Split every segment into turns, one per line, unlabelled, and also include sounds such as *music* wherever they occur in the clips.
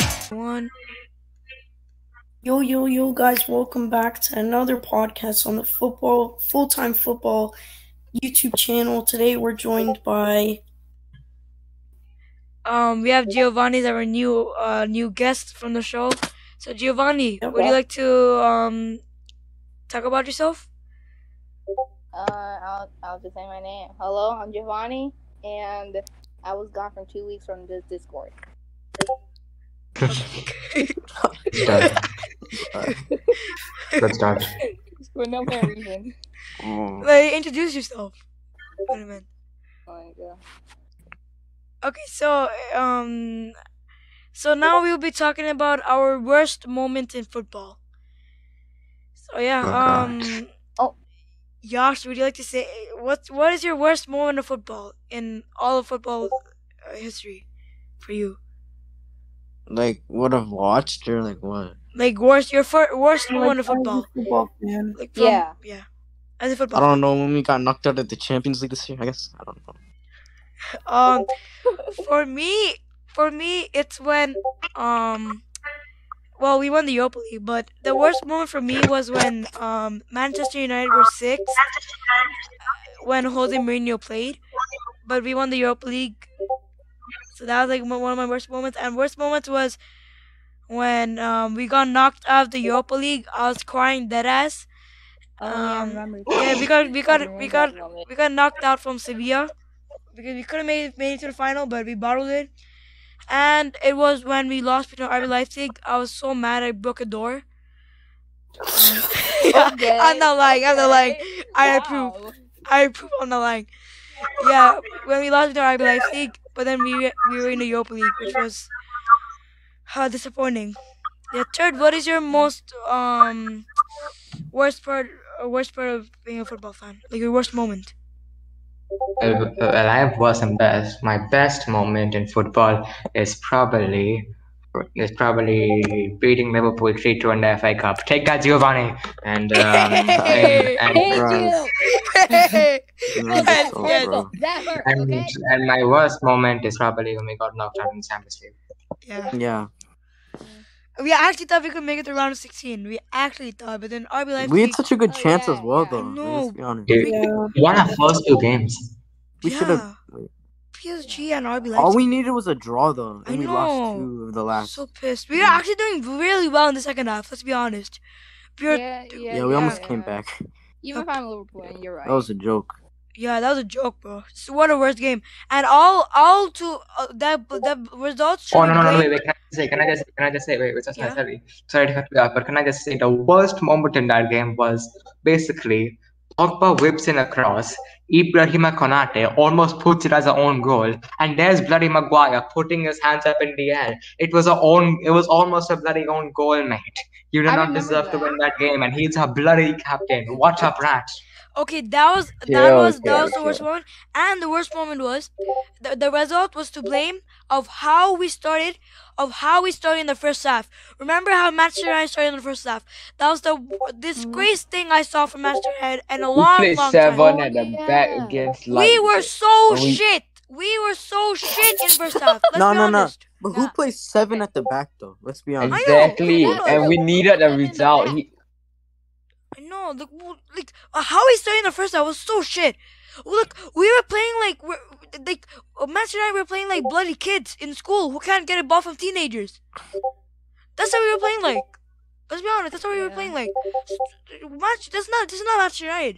everyone.
Yo, yo, yo, guys, welcome back to another podcast on the football, full time football YouTube channel. Today we're joined by,
Um, we have Giovanni's our new uh, new guest from the show. So Giovanni,
Yeah,
would you
well-
like to um talk about
*laughs*
yourself?
Uh, I'll, I'll just say my name. Hello, I'm Giovanni, and I was gone for two weeks from this Discord.
Dive. Let's dive.
For no fair *laughs* reason.
Mm,
like, introduce yourself. Wait a minute.
Oh my God.
Okay, so um, so now we'll be talking about our worst moment in football. So yeah,
Oh,
um,
God.
Oh.
Yash, would you like to say what what is your worst moment of football in all of football uh, history for you?
like would have watched or like what?
Like worst your fir- worst moment of
Like, I'm
football.
a football fan.
Like from,
um, Yeah.
yeah, as a
I
football.
don't know when we got knocked out at the Champions League this year. I guess I don't know.
Um, for me, for me, it's when um, well, we won the Europa League, but the worst moment for me was when um Manchester United were sixth uh, when Jose Mourinho played, but we won the Europa League. So that was like mo- one of my worst moments, and worst moments was when um we got knocked out of the Europa League. I was crying dead ass.
Oh, yeah, I
Um,
remember.
yeah, we got- we
I
got-
remember
we
*laughs*
got-
that moment.
we got knocked out from Sevilla because we could have made, made it to the final, but we bottled it. And it was when we lost between RB Leipzig. I was so mad I broke a door. Um,
*laughs*
*laughs*
Okay,
I'm not lying. I'm not lying.
okay.
I approve.
Wow.
I approve. I'm not lying. Yeah, when we lost to RB Leipzig, but then we we were in the Europa League, which was how disappointing. Yeah, third. What is your most um worst part? uh, Worst part of being a football fan, like your worst moment.
Well, well, I have worse Uh, and best. My best moment in football is probably is probably beating Liverpool three two in the FA Cup. Take that, Giovanni, and um, and,
Thank
and,
Right.
you.
Nah,
*laughs* Yes,
that's all,
yes.
bro.
That hurt, okay?
and, and my worst moment is probably when we got knocked out in the Champions League.
*laughs* yeah.
Yeah,
We actually thought we could make it to round of 16. We actually thought, but then RB Leipzig.
we had such a good
Oh,
chance
yeah,
as well,
yeah.
though. like,
No.
Let's be honest.
Yeah.
Yeah,
We won our first two games.
We should have.
PSG and RB Leipzig.
All we needed was a draw, though,
I
and we lost
know.
two of the last.
So pissed. We were
Yeah.
actually doing really well in the second half. Let's be honest. We were, yeah.
Yeah, yeah,
yeah, we almost
yeah.
came back.
Even if I'm Liverpool, and you're right.
That was a joke.
that was a joke, bro. So what a worst game. And all, all to uh, that that results. should
Oh no
be
no no!
blamed-
Wait wait! Can I just say? Can I just? Can I just say? Wait wait! Just,
Yeah.
Sorry, sorry to cut you off, but can I just say the worst moment in that game was basically Pogba whips in a cross, Ibrahima Konate almost puts it as a own goal, and there's bloody Maguire putting his hands up in the air. It was a own. It was almost a bloody own goal, mate. You did
I
not
remember
deserve to
that.
win that game, and he's a bloody captain. What a brat!
Okay, that was that
Yeah,
was that
okay,
was the worst
okay.
moment, and the worst moment was the, the result was to blame of how we started, of how we started in the first half. Remember how Manchester United started in the first half? That was the
Mm-hmm.
disgrace thing I saw from Manchester United in a long, long time. Oh,
at the back against
We were so
we-
shit. We were so shit in first half. Let's
*laughs* No,
be
no, no.
honest.
But who
Yeah.
plays seven at the back, though? Let's be
I
honest.
know,
Exactly,
I know.
and we needed a result. He,
No, look, w- like uh, how we started in the first half was so shit. Look, we were playing like we're like uh, Master and I were playing like bloody kids in school who can't get a ball from teenagers. That's how we were playing like. Let's be honest, that's how we were
Yeah.
playing like. Match. That's not. This is not Manchester United.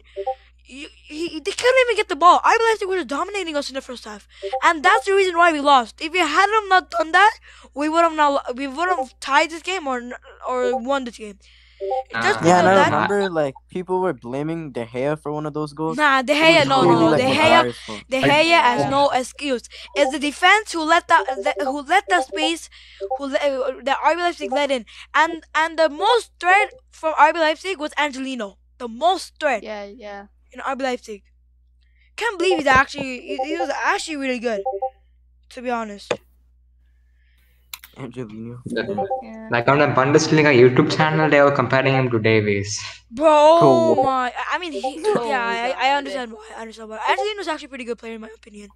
You, he, he- they couldn't even get the ball. I realized they were dominating us in the first half, and that's the reason why we lost. If we hadn't not done that, we would have not. We would have tied this game or or won this game. Just
Ah.
because
Yeah,
of
and I
that,
remember like people were blaming De Gea for one of those goals.
Nah, De Gea, no,
Clearly,
no, no.
like,
De Gea,
Maguire's fault.
De Gea has
Yeah.
no excuse. It's the defense who let that, that who let that space, who let, uh, that RB Leipzig let in, and and the most threat from RB Leipzig was Angelino. The most threat
Yeah, yeah.
in RB Leipzig. Can't believe he's actually he, he was actually really good, to be honest.
Angelino.
yeah.
Like on the Bundesliga YouTube channel, they were comparing him to Davies.
Bro, oh
Cool.
my! I- I mean, he,
Cool.
yeah, I, I understand why. I understand why. Angelino's actually a pretty good player in my opinion.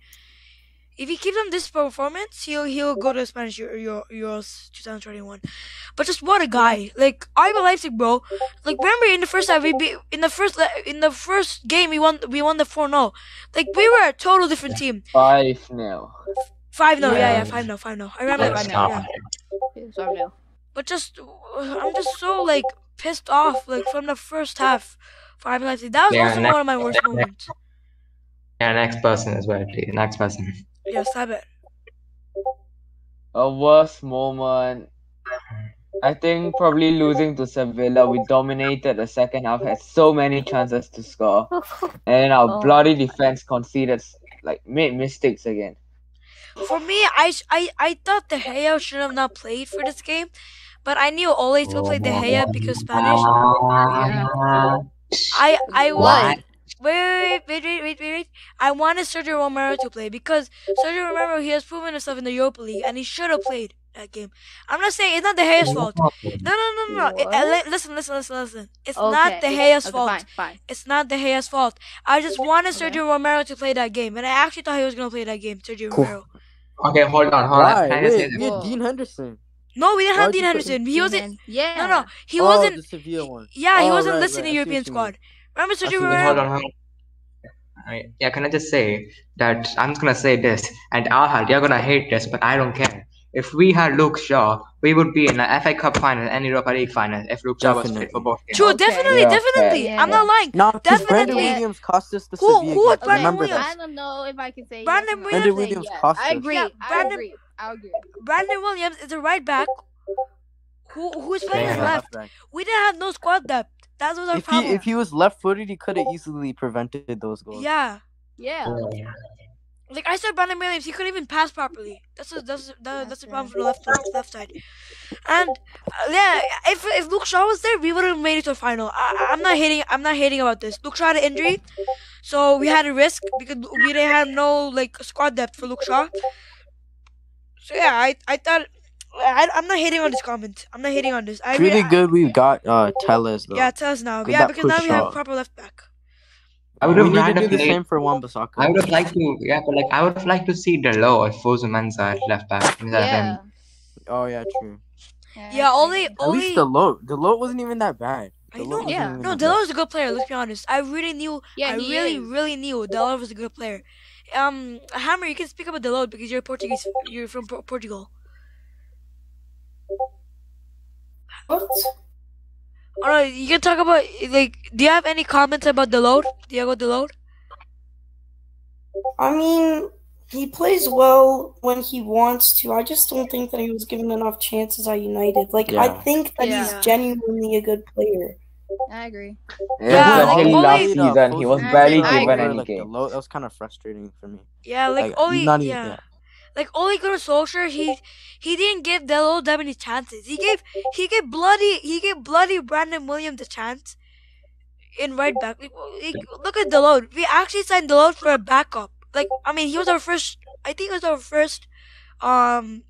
if he keeps on this performance, he'll he'll go to Spanish Euro, Euro, Euros 2021. But just what a guy! Like I'm a Leipzig, bro. Like remember in the first half, we be, in the first le- in the first game we won we won the four 0 Like we were a total different team.
Five now.
Five 0 yeah, yeah,
Yeah.
five 0 five 0 I remember
Let's
five 0
not.
yeah.
So no.
But just uh, I'm just so like pissed off like from the first half for I'm Leipzig. That was
Yeah,
also
next-
one of my worst moments.
Yeah, next person as well, please. Next person.
Yes, I bet.
A worst moment. I think probably losing to Sevilla. We dominated the second half, had so many chances to score, and our
Oh.
bloody defense conceded, like made mistakes again.
For me, I sh- I I thought De Gea should have not played for this game, but I knew Ole still played De Gea because Spanish. I I want wait wait wait wait wait wait wait. I wanted Sergio Romero to play because Sergio Romero he has proven himself in the Europa League and he should have played that game. I'm not saying it's not De Gea's fault. No no no no. no. It- uh,
What?
li- listen listen listen listen. It's not De Gea's
okay,
fault.
Fine, fine.
It's not De Gea's fault. I just wanted
Okay.
Sergio Romero to play that game, and I actually thought he was gonna play that game, Sergio
Cool.
Romero.
Okay, hold on, hold on.
Why?
Can I
Wait,
just say
you
this?
had
Whoa.
Dean Henderson.
No, we didn't have
Why'd you
Dean
put-
Henderson. He wasn't.
Yeah.
No, no, he
oh,
wasn't.
the Sevilla one.
Yeah, he
Oh,
wasn't
right,
listed in
right, I see
European
what you
squad.
mean.
Remember
I see
Sergio
what you
Romero?
mean.
Hold on, hold on. I- Yeah, can I just say that I'm just gonna say this, and Ahad, you're gonna hate this, but I don't care. If we had Luke Shaw, we would be in the FA Cup final and Europa League final if Luke Shaw was fit
Definitely.
for both games.
True,
Okay.
definitely,
Yeah,
definitely.
okay.
I'm not lying.
No, 'cause Brandon
Definitely.
Williams cost us the
Who-
Sevilla
who
game.
would Brandon
Remember
Williams?
I
that.
don't know if I can say.
Brandon
yes or not.
Brandon
Williams
Yes,
cost
I
us.
agree.
Yeah,
I
Brandon-
agree. I agree.
Brandon Williams is a right back. Who who is playing
Yeah.
as
Yeah,
left?
left back.
We didn't have no squad depth. That was our
If he
problem.
if he was left footed, he could have easily prevented those goals.
yeah,
Yeah.
Yeah.
like I said, Brandon Williams, he couldn't even pass properly. That's a, that's a, that, that's a
That's
problem
right.
for the left left side. And uh, yeah, if if Luke Shaw was there, we would have made it to the final. I, I'm not hating. I'm not hating about this. Luke Shaw had an injury, so we had a risk because we didn't have no like squad depth for Luke Shaw. So yeah, I I thought I, I'm not hating on this comment. I'm not hating on this. I
Pretty
really,
good we've got uh Tellez though.
Yeah, tell us now.
Good
yeah,
luck
because
with
now we have
Shaw.
proper left back.
I would
we
have
need to
rather
do the
played.
same for Wan
I would have
Bissaka.
liked to, yeah, but like I would have liked to see Delo if Fosu Mensah had left back instead of
Yeah.
him.
Oh yeah, true.
Yeah, only
that's
At
only.
least the low the low wasn't even that bad.
I know.
The low wasn't
Yeah.
even
No,
that bad.
Delo is a good player. Let's be honest. I really knew.
Yeah,
I
he
really,
is.
really knew Delo was a good player. Um, Hammer, you can speak about Delo because you're Portuguese. You're from Por- Portugal.
What?
All right, you can talk about like. Do you have any comments about Delo, Diego Delo?
I mean, he plays well when he wants to. I just don't think that he was given enough chances at United. Like, I
Yeah.
think that
Yeah.
he's genuinely a good player.
I agree.
Yeah,
Especially
like,
last
only-
season, he was
I
barely
agree.
given
I
any
Like, the
game.
low- that was kind of frustrating for me.
Yeah, like Oli.
not even-
yeah. like Ole Gunnar Solskjaer, he he didn't give Delo that many chances. He gave he gave bloody he gave bloody Brandon Williams the chance in right back. Like, well, like, look at Delo. We actually signed Delo for a backup. Like I mean, he was our first. I think it was our first um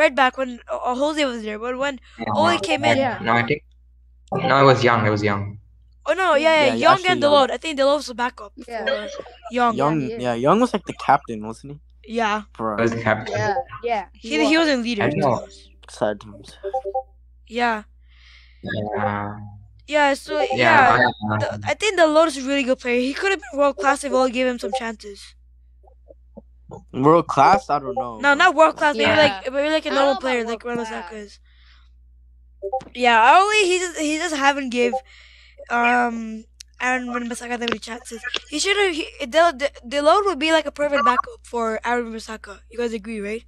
right back when uh, Jose was there. But when
Oh,
Ole came in,
Yeah.
No, I think. No, it was young. It was young.
oh no, yeah, yeah,
Yeah,
Young
actually
and
Young.
Delo. I think Delo was a backup.
Yeah.
Young.
Young,
he
yeah,
is.
Young was like the captain, wasn't he?
Yeah,
It was
Bro,
the captain.
Yeah. Yeah.
he he
was.
wasn't leader.
I know.
sad times.
Yeah,
Yeah.
yeah. So yeah.
Uh, Yeah. uh,
the, I think the Lord is a really good player. He could have been world class if all gave him some chances.
World class, I don't know.
No, not world class. Maybe
Yeah.
like maybe like a
I don't
normal
know
player,
about
like Ronaldo
world-class.
Saka is. Yeah, only he just he just haven't give um Aaron Wan-Bissaka that many chances. He should have. he- The, the, the Lord would be like a perfect backup for Aaron Wan-Bissaka. You guys agree, right?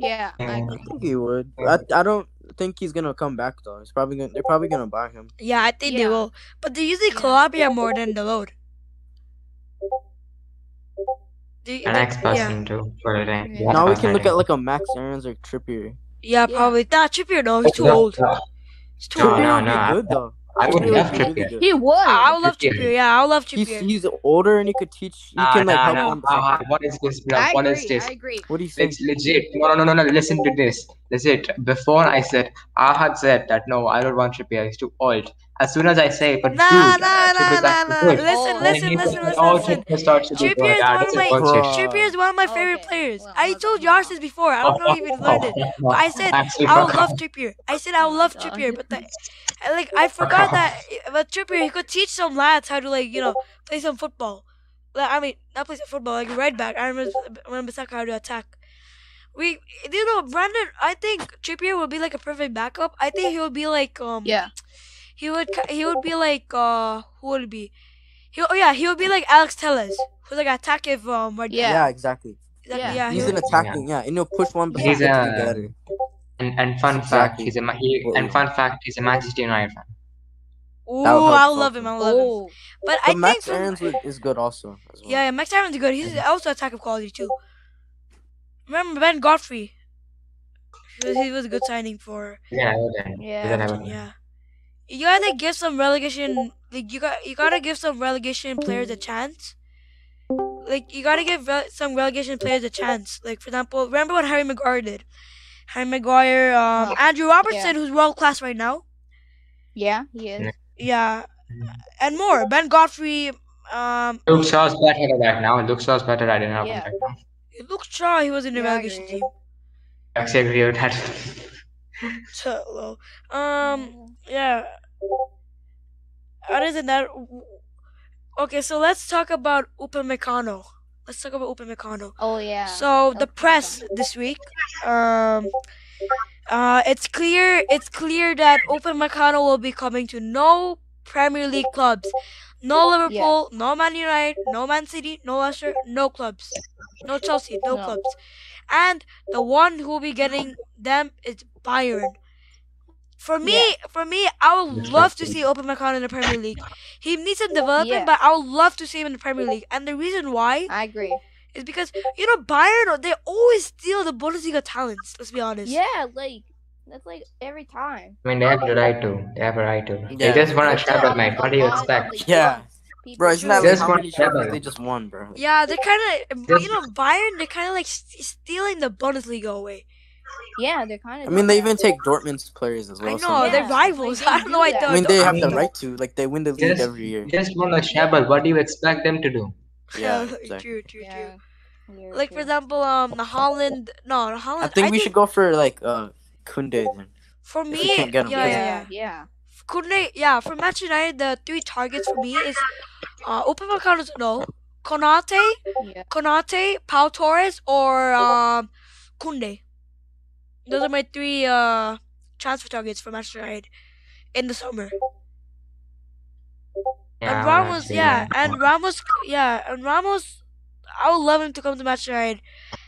Yeah. I
I
agree.
think he would. I, I don't think he's gonna come back though. He's probably gonna. They're probably gonna buy him.
Yeah, I think they
Yeah.
will. But they usually
Yeah.
Calabria more than the Lord. They-
An
they-
ex person too. For the rank.
Yeah.
now we can look at like a Max Aaron's or Trippier.
yeah,
Yeah.
probably. Nah, Trippier though. He's too old. He's too
No,
old.
Trippier
no,
would be
no, I-
good though.
I would
Trippier
love
be really
Trippier.
good.
He
I
was.
would love
Trippier.
Trippier. Yeah, I would love
He's
Trippier.
he's older and he could teach. He
Nah,
can like
nah,
help
nah,
on the
nah,
side.
what is this, bro?
I
What
agree.
is this?
I agree.
What do you think?
It's legit. No, no, no, no, no. Listen to this. Legit. Before I said, Ahad said that no, I don't want Trippier. He's too old. As soon as I say, but
Nah,
dude,
nah,
should
nah,
be
nah,
back
nah.
to good.
Listen,
Oh,
And
listen,
he
listen,
said,
listen,
"Oh,
listen.
Trippier starts to do
Trippier is
good." Ah,
one of
that's
my
a bullshit.
Bruh.
Trippier is one of my favorite
Okay,
players.
well,
I
well,
told
well.
Yars this before. I don't know if you
*laughs*
learned it. But I said
Actually,
I
fuck
would love
off.
Trippier. I said I would love Trippier, but the, I, like I forgot that. But Trippier, he could teach some lads how to like you know play some football. Like I mean, not play some football, like right back. I remember remember Bissaka how to attack. We, you know, Brandon. I think Trippier would be like a perfect backup. I think he would be like um.
Yeah.
He would ki- he would be like uh who would it be? He oh yeah he would be like Alex Telles, who's like attactive um right
Yeah.
exactly.
Exactly,
Yeah.
yeah, he
He's
would-
an attacking, yeah, and he'll push one but
He's
he's
uh,
gonna
a-
be better.
And, and fun fact,
Exactly.
he's a Ma- he, and fun fact, he's a Manchester United fan.
Ooh,
That would help
I
us
love
out.
him. I love him.
Oh,
But I
But Max
think from-
Aaron's would- is good also. As well.
yeah, yeah, Max Aaron's good. He's also attacking quality too. Remember Ben Godfrey? He was, he was a good signing for
Yeah, Everton.
Yeah.
He's an Everton.
yeah. You gotta give some relegation. Like you got you gotta give some relegation players a chance. Like you gotta give rel some relegation players a chance. Like for example, remember what Harry Maguire did? Harry Maguire, um,
Oh,
Andrew Robertson, who's world class right now.
yeah, he is.
Yeah,
Mhm.
and more. Ben Godfrey, um,
Luke Shaw's better right now. Luke Shaw's better at Everton
Yeah.
right now.
Luke Shaw, he was in the
Yeah, I
relegation
agree.
team.
I actually agree with that.
So, um, yeah. Other than that, okay. So let's talk about Upamecano. Let's talk about Upamecano.
Oh yeah.
So the
Upamecano.
press this week, um, uh, it's clear it's clear that Upamecano will be coming to no Premier League clubs, no Liverpool, no Man United, no Man City, no Leicester, no clubs, no Chelsea, no,
No.
clubs, and the one who will be getting them is Bayern. For me, for me, I would love to see Upamecano in the Premier League. He needs some development,
Yeah.
but I would love to see him in the Premier League. And the reason why
I agree.
is because you know Bayern they always steal the Bundesliga talents. Let's be honest.
Yeah, like that's like every time.
I mean, they have the right to. They have a right to.
Yeah.
They just want to
It's like
treble,
a
mate. What do you
lot of,
expect?
like,
Yeah.
young people
Bro, isn't that
doing
like
There's
how
one
many trophies
seven.
they just won, bro?
Yeah, they're kind of
Yes.
you know Bayern. They're kind of like st- stealing the Bundesliga away.
it. Yeah, they're kind of.
I mean, they even take Dortmund's players as well.
I know
sometimes.
they're
Yeah,
rivals. *laughs*
they
I don't know why.
do that.
I mean, they
*laughs*
have the
Yeah.
right to. Like, they win the league
Yes.
every year.
Just want to treble. What do you expect them to do?
Yeah, exactly.
true, true,
Yeah.
true.
You're
Like for
true.
example, um, the Holland. No, the Holland.
I think we should go for like uh Kunde then.
For
we
me, yeah,
can't get
yeah,
him,
yeah, yeah.
yeah.
Kunde, yeah. For Match United, the three targets for me is uh, Upamecano, no, Konate,
Yeah.
Konate, Pau Torres, or um, Kunde. Those are my three uh, transfer targets for Manchester United in the summer.
Yeah,
and
well,
Ramos,
actually,
yeah, and Ramos, yeah, and Ramos. I would love him to come to Manchester United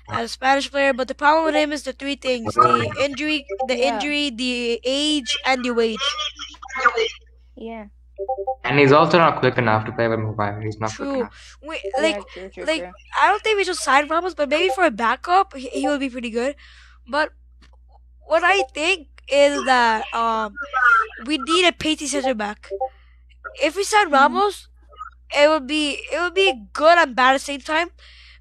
as a Spanish player, but the problem with him is the three things: the injury, the
Yeah.
injury, the age, and the wage.
Yeah.
And he's also not quick enough to play with mobile. He's not
True.
quick enough.
We,
Yeah,
like,
true, true,
like,
true.
I don't think we should sign Ramos, but maybe for a backup, he, he would be pretty good. But what I think is that um, we need a pacey center back. If we sign Ramos, it would be it would be good and bad at the same time,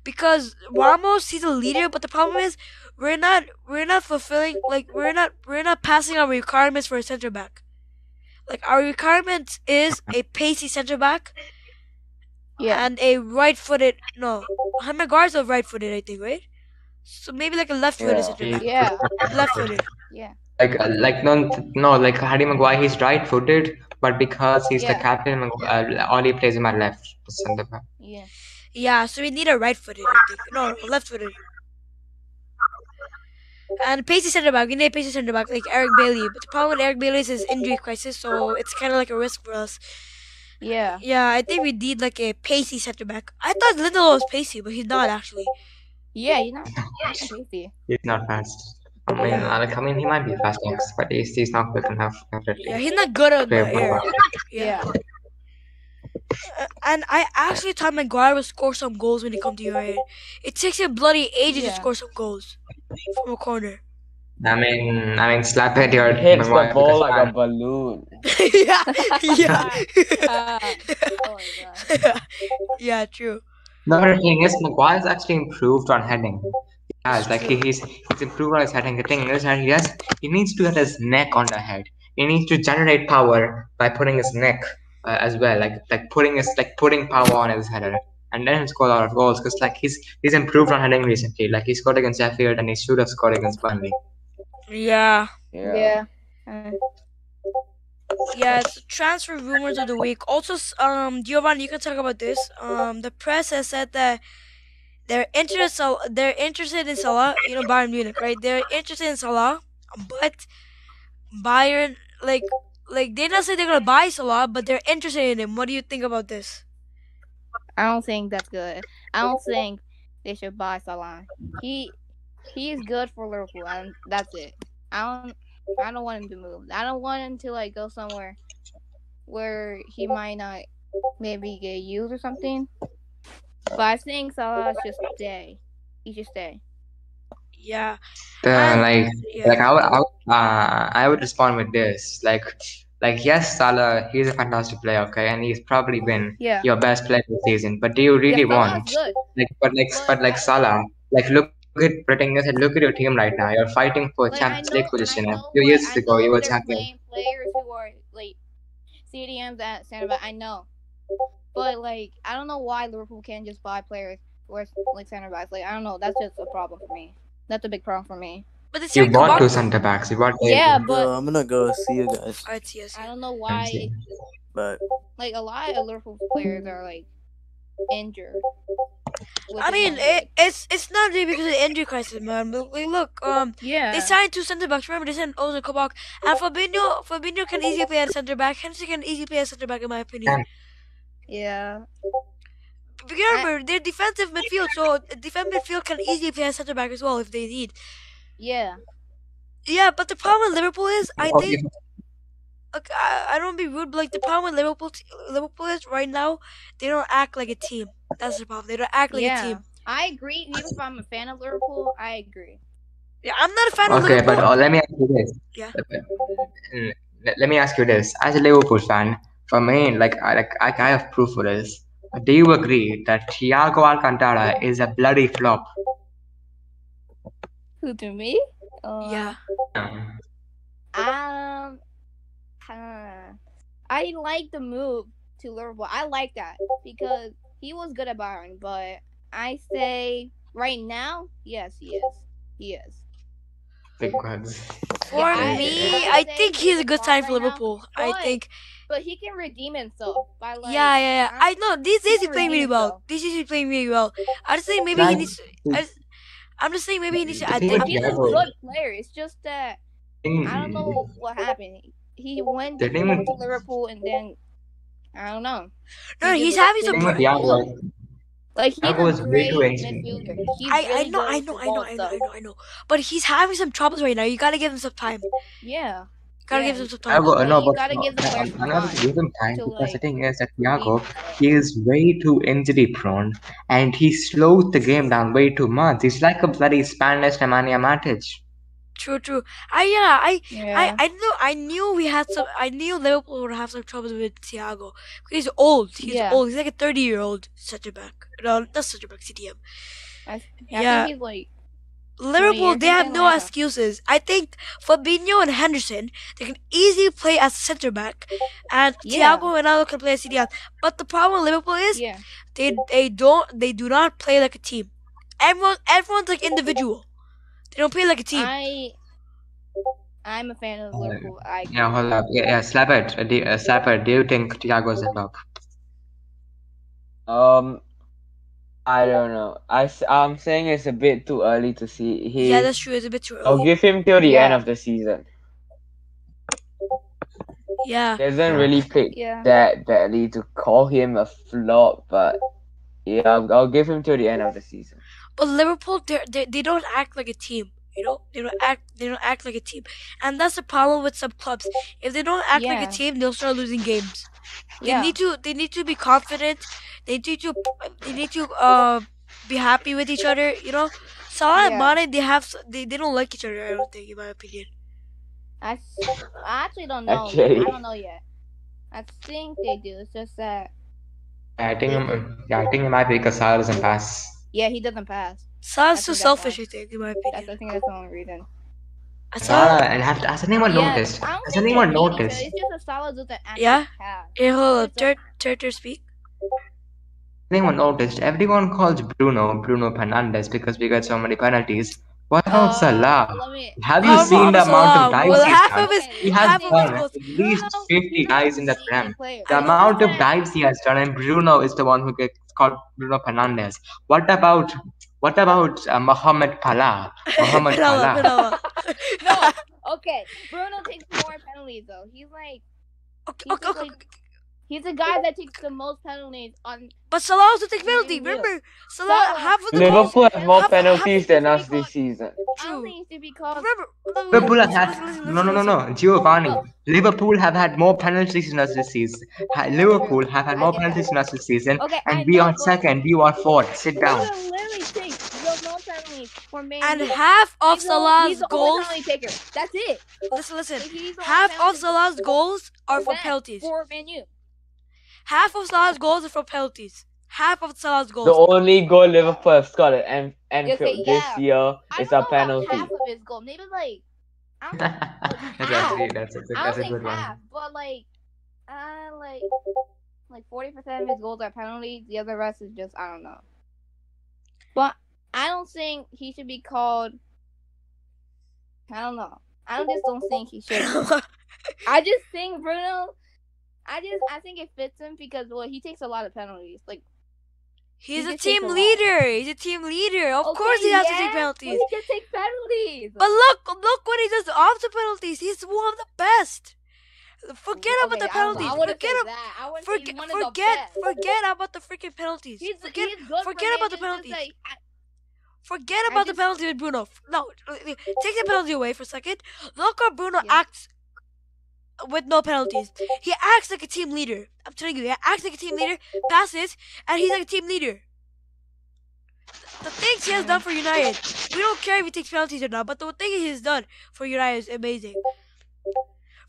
because Ramos he's a leader, but the problem is we're not we're not fulfilling like we're not we're not passing our requirements for a center back. Like our requirement is a pacey center back
yeah.
and a right footed no Hamagar's a right footed I think, right? So maybe like a left footed
Yeah.
center
He-
back.
Yeah.
Left footed.
Yeah.
Like, uh, like no, no, like Harry Maguire, he's right-footed, but because he's the
Yeah.
captain, Mag- uh, all he plays him at left center back.
Yeah.
Yeah, so we need a right footed I think. No, left footed. And pacey center back. We need a pacey center back like Eric Bailey. But the problem with Eric Bailey is his injury crisis, so it's kind of like a risk for us.
Yeah.
Yeah, I think we need like a pacey center back. I thought Lindelof was pacey, but he's not actually.
Yeah. You're not crazy.
He's not fast. I mean,
Yeah.
like, I mean, he might be fast, yes, but he's, he's not quick enough. definitely.
Yeah, he's not good on
Play
the
with
air.
mobile.
Yeah.
Uh, and I actually thought Maguire would score some goals when he come to United. It takes him bloody ages to
Yeah.
score some goals from a corner. *laughs*
I mean, I mean, slap at your
He hits the
Maguire
ball
with a
like a
slap.
balloon.
yeah, yeah, *laughs*
Uh, oh my god.
yeah. True.
No, the thing is, Maguire's actually improved on heading. He has, like, he, he's he's improved on his heading. The thing is, that he has, he needs to get his neck on the head. he needs to generate power by putting his neck uh, as well, like like putting his like putting power on his header, and then he scored a lot of goals because like he's he's improved on heading recently. Like he scored against Sheffield and he should have scored against Burnley.
Yeah.
Yeah.
Yeah. Uh,
Yeah, it's transfer rumors of the week. Also, s- um, Giovanni, you can talk about this. Um, the press has said that they're interested. So they're interested in Salah. You know, Bayern Munich, right? They're interested in Salah, but Bayern, like, like they don't say they're gonna buy Salah, but they're interested in him. What do you think about this?
I don't think that's good. I don't think they should buy Salah. He he is good for Liverpool, and that's it. I don't I don't want him to move. I don't want him to like go somewhere where he might not maybe get used or something. But I think Salah should stay. He should stay.
Yeah.
Then,
And-
like
yeah.
like I would, I, would, uh, I would respond with this like like yes Salah he's a fantastic player okay and he's probably been
Yeah.
your best player this season but do you really
yeah, Salah's
want
good.
like but like but like Salah like look look at Britain you said look at your team right now you're fighting for a
Like, I
Champions League
know- I
position a
know,
few
like,
years
I
ago
know
you were
there's
champion
playing Players who are like CDMs at Santa Back, I know, but like I don't know why Liverpool can't just buy players who are like center backs. Like I don't know, that's just a problem for me. That's a big problem for me.
But they
you
said
bought two
Kabak-
centre backs you bought
Yeah,
Bro,
but
I'm gonna go see you guys.
I see, I see.
I don't know why.
But
Like a lot of Liverpool players are like injured. which
I
is
mean,
not
it, it's it's not really because of the injury crisis, man. But like, look, um,
good. yeah,
They signed two centre backs. Remember, they signed Ozil Kabak and Fabinho. Fabinho can easily play as centre back. Henderson can easily play as centre back, in my opinion.
yeah,
But remember, they're defensive midfield, so defensive midfield can easily play as centre back as well if they need.
yeah.
Yeah, but the problem with Liverpool is, I
Okay.
think, look, I, I don't wanna be rude, but like the problem with Liverpool, t- Liverpool is right now they don't act like a team. That's the problem. They don't act like
Yeah.
a team.
I agree. Even if I'm a fan of Liverpool, I agree.
Yeah, I'm not a fan of
Okay,
Liverpool.
but uh, let me ask you this.
Yeah.
Mm, Let, let me ask you this. As a Liverpool fan, for me, like I like I, I have proof for this. Do you agree that Thiago Alcantara is a bloody flop?
Who to me? Uh,
yeah,
Um, huh. I like the move to Liverpool. I like that because he was good at Bayern, but I say right now, yes, he is. He is.
Because
for
I-
me,
I
I
say
think
he's
he's a
a
good
flop
sign for
right now,
Liverpool. I
but-
think
But he can redeem himself by like.
yeah, yeah, yeah. I know these days
he's
he's playing really
redeemed,
well.
though.
These days he's playing really well. I just think maybe he
Like-
needs. To, I just, I'm just saying maybe he needs to.
It's
I
not
think,
like
He's a
Thiago.
good player. It's just that I don't know what happened. He went
They
he went to
didn't-
Liverpool and then I don't know.
no,
He
he's
just-
having some.
Thing
Pro-
with the-
Thiago,
Like he's
Thiago is
a
way
great
too ancient.
midfielder. He's
I, I
really
know,
good
I
with
know,
the
I know,
ball
I
and
know, I
stuff.
know, I know. But he's having some troubles right now. You gotta give him some time.
Yeah.
Gotta
Yeah.
give him some time.
Thiago,
But
no,
you
but
gotta give the
no,
players
I'm not
time
give him time
to,
because the
like,
thing is that
Thiago,
Thiago, he is way too injury prone and he slows the game down way too much. He's like a bloody Spanish Nemanja Matic.
True, true. I yeah, I,
Yeah.
I, I know, I knew we had some. I knew Liverpool would have some troubles with Thiago. 'Cause He's old. He's
Yeah.
old. He's like a 30 year old centre back. No, not centre back. CDM.
I
Yeah.
think he's like
Liverpool,
years,
they have
something
no
like that.
excuses. I think Fabinho and Henderson, they can easily play as centre back, and
Yeah.
Thiago and Ronaldo can play as CDM. But the problem with Liverpool is
yeah,
they they don't they do not play like a team. Everyone everyone's like individual. They don't play like a team.
I I'm a fan of
Uh,
Liverpool. I
Yeah, hold up. Yeah, yeah slap it. Uh, do- uh, slap it. Do you think Thiago's a flop?
Um, I don't know. I s- I'm saying it's a bit too early to see. He.
yeah, that's true. It's a bit too
I'll
early.
give him till the end
Yeah.
of the season.
Yeah,
He hasn't really picked
yeah.
that badly to call him a flop, but yeah, I'll, I'll give him till the end of the season.
but Liverpool, they they they don't act like a team. You know, they don't act they don't act like a team, and that's the problem with some clubs. If they don't act like
Yeah.
a team, they'll start losing games. They
yeah.
need to they need to be confident. They need to they need to uh, be happy with each other. You know, Salah and
Yeah.
Mane they have s- they, they don't like each other. I don't think, in my opinion.
I, s- I actually don't know.
Actually.
I don't know yet. I think they do. It's just that
I think um, yeah, I think it might be because Salah doesn't pass.
yeah, he doesn't pass.
Salah's too
I think that's
selfish.
why.
I think in my
That's,
opinion.
I think that's the only reason.
I saw.
Salah, Ah, and has, has anyone
Yeah,
noticed?
I don't
Has
think
anyone
they need each other.
noticed?
It's just a Salah doesn't actually
Yeah?
have.
Hey, eh, hold up.
It's
Tur-
a-
Turtle speak.
Anyone noticed? Everyone calls Bruno Bruno Fernandez because we got so many penalties. What about
Uh,
Salah?
let me-
Have you
Oh,
seen the
Mohamed
amount of
Salah.
dives
Well,
he's
half
done?
of his-
He has
half of his
done
goals-
at least
Bruno-
50
Bruno
dives in the
is a
Prem.
player.
The
I don't
amount of
understand.
dives he has done, and Bruno is the one who gets called Bruno Fernandez. What about what about uh, Mohamed Salah? Mohamed
*laughs* Pinala,
Salah. *laughs*
Pinala.
No. Okay, Bruno takes more penalties though. He's like
Okay,
he's,
okay, okay.
like he's the guy that takes the most penalties on.
But Salah also takes penalty.
Yeah.
Remember, Salah
Salah.
half of the goals.
Liverpool have more
Half- half of
penalties
the
than us
goals-
this season.
I don't
True.
think he should be called.
Remember,
Liverpool have
listen,
had
listen, listen,
no no no
listen.
no Giovanni. Liverpool have had more penalties than us this season. Ha- Liverpool have had more penalties than us this season,
Okay, I
and we
know,
are
but
second. We are fourth. Sit
Bruno *laughs*
down. *laughs*
literally takes the most penalties for Man
And
United.
half of
He's the only-
Salah's
he's the only
goals.
penalty taker. That's it.
Listen, listen.
He's the only
Half of
penalty
Salah's
taker.
goals are for
That
penalties.
For Man U.
Half of Salah's goals are for penalties. Half of Salah's
The
goals.
only goal Liverpool have scored at An- Anfield
yeah.
this year
I
is
don't
a
know about
penalty.
half of his goal. Maybe like I
*laughs*
don't,
that's, actually, that's, a-
I don't
that's a good
think
one.
half, but like uh like like forty percent of his goals are penalties. The other rest is just I don't know. But I don't think he should be called. I don't know. I don't just don't think
*laughs*
he should. *laughs* I just think Bruno. I just I think it fits him because well he takes a lot of penalties. Like
He's
He
a
just takes
team
a lot.
leader. He's a team leader. Of course he
okay,
has
yeah,
to take penalties.
He just takes penalties.
But look, look what he does off the penalties. He's one of the best. Forget about
Okay,
the
I don't know.
penalties.
I wouldn't
Forget
say
ab-
that. I wouldn't say he's
forget
one of the
forget
best.
forget about the freaking penalties.
He's,
forget
he's good for
forget about the penalties.
managers, like, I-
forget
I
about the
just-
penalty with Bruno. F- No, wait, wait, take the penalty away for a second. Look how Bruno
Yeah.
acts with no penalties. He acts like a team leader. I'm telling you, he acts like a team leader, passes, and he's like a team leader. The things he has done for United, we don't care if he takes penalties or not, but the thing he's done for United is amazing.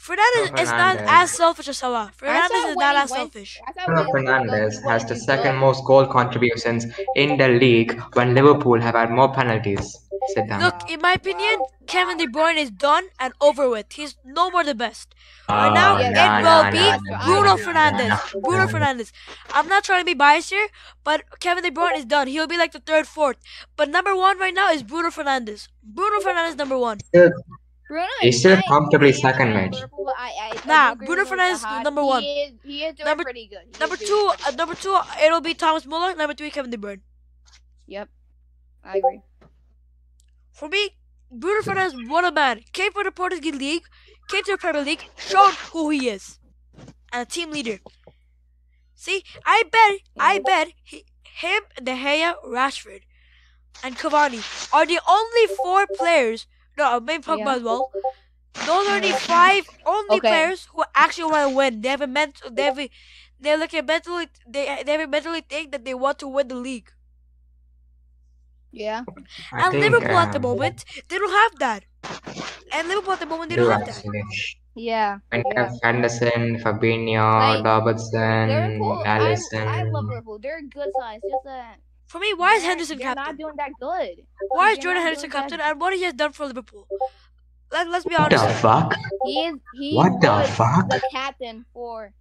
Fernandez
Oh,
is not
Fernandes.
as selfish as Salah. Fernandez
saw
is
when
not
he
as
went-
selfish.
I thought
Bruno
when he was young,
Fernandez
he
has
wanted
the
to
second
go-
most goal contributions in the league when Liverpool have had more penalties. Sit down.
Look, in my opinion, Kevin De Bruyne is done and over with. He's no more the best. Right
Oh,
now,
yeah,
it
nah,
will
nah,
be
nah, nah,
Bruno
nah, nah,
Fernandez.
nah.
Bruno Fernandez. I'm not trying to be biased here, but Kevin De Bruyne is done. He'll be like the third, fourth. But number one right now is Bruno Fernandez. Bruno Fernandez number one.
Bruno
He's
is
still
nice.
comfortably
I am
second,
for
mate.
Liverpool, but I- I- I
Nah,
do agree
Bruno
with
Fernandes is
Zaha.
number
He
one.
is- He is doing
Number-
pretty good. He is
Number
doing
two,
pretty
uh,
good.
number two, it'll be Thomas Muller. Number three, Kevin De Bruyne.
Yep, I agree.
For me, Bruno Fernandez won a man. Came from the Portuguese league, came to the Premier League, showed who he is, and a team leader. See, I bet, I bet he, him, De Gea, Rashford, and Cavani are the only four players. No, maybe Pogba
Yeah.
as well. Those are the five only
Okay.
players who actually want to win. They have a mental. They have a, they look at mentally. They they have a mentally think that they want to win the league.
Yeah.
I
And
think,
Liverpool at the
um,
moment, they don't have that. And Liverpool at the moment, they
you
don't have that.
actually.
Yeah.
And
Yeah.
Henderson, Fabinho,
Like,
Robertson,
Liverpool. I,
Allison.
I love Liverpool. They're a good size. Just that
For me, why is
they're-
Henderson
they're
captain?
not doing that good.
Why is
they're
Jordan
not
Henderson
doing that
captain? And what he has done for Liverpool? Let, let's be
What the
honest.
fuck?
He is. He
What the
was
fuck?
The captain for.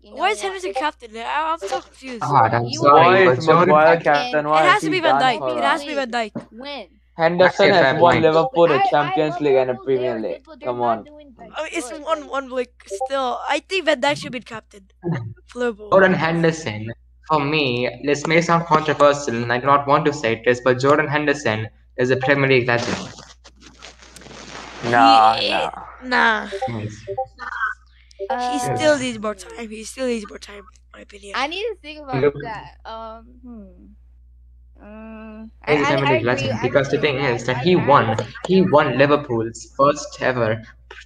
You know
Why is
what?
Henderson captain? I, I'm so confused.
God, Oh, I'm
You
sorry,
Why
but
is
Jordan-
Maguire captain?
It
It
Why
has
has
to
he
be Van
done
Dyke.
for
It
us?
has to be Van Dyke.
Win.
Henderson
That's a
has
fair
won
point.
Liverpool
I-
the
I
Champions
love
League and the
Liverpool.
Premier
They're-
League.
they're
Come
not
on.
doing that
Oh, it's
good.
one one like still. I think Van Dyke should be
*laughs*
captain. for Liverpool.
Jordan Henderson, for me, this may sound controversial and I do not want to say this, but Jordan Henderson is a Premier League legend.
Nah,
He-
nah.
Nah,
Yes.
he
Uh,
still needs more time. He still needs more time, in my opinion.
I need to think about
Look-
that. Um, hmm. Um, I,
He's a
I, I
Premier League
agree,
legend
I
because the
agree
thing
with
is that
I-
he
I
won.
agree.
He won Liverpool's first ever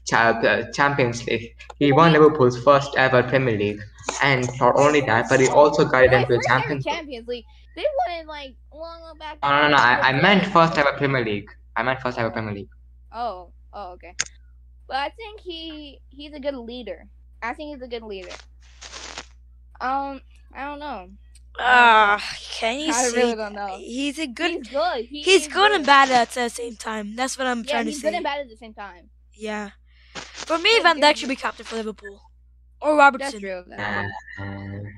cha- uh, Champions League. He won Liverpool's first ever Premier League, and not only that, but he also guided
Their
them to the
first ever
Champions League.
Champions League. They won like long back.
No, no, no. I, I meant first ever Premier League. I meant first ever Premier League.
Oh, oh, okay. But I think he he's a good leader. I think he's a good leader. Um, I don't know.
Ah, can you
I
say?
really don't know.
He's a good.
He's good. He
He's
is
good and bad at the same time. That's what I'm
Yeah,
trying to
he's
say.
good and bad at the same time.
Yeah. For me,
Yeah,
Van
yeah,
Dijk should be captain for Liverpool or Robertson.
That's true. That's true.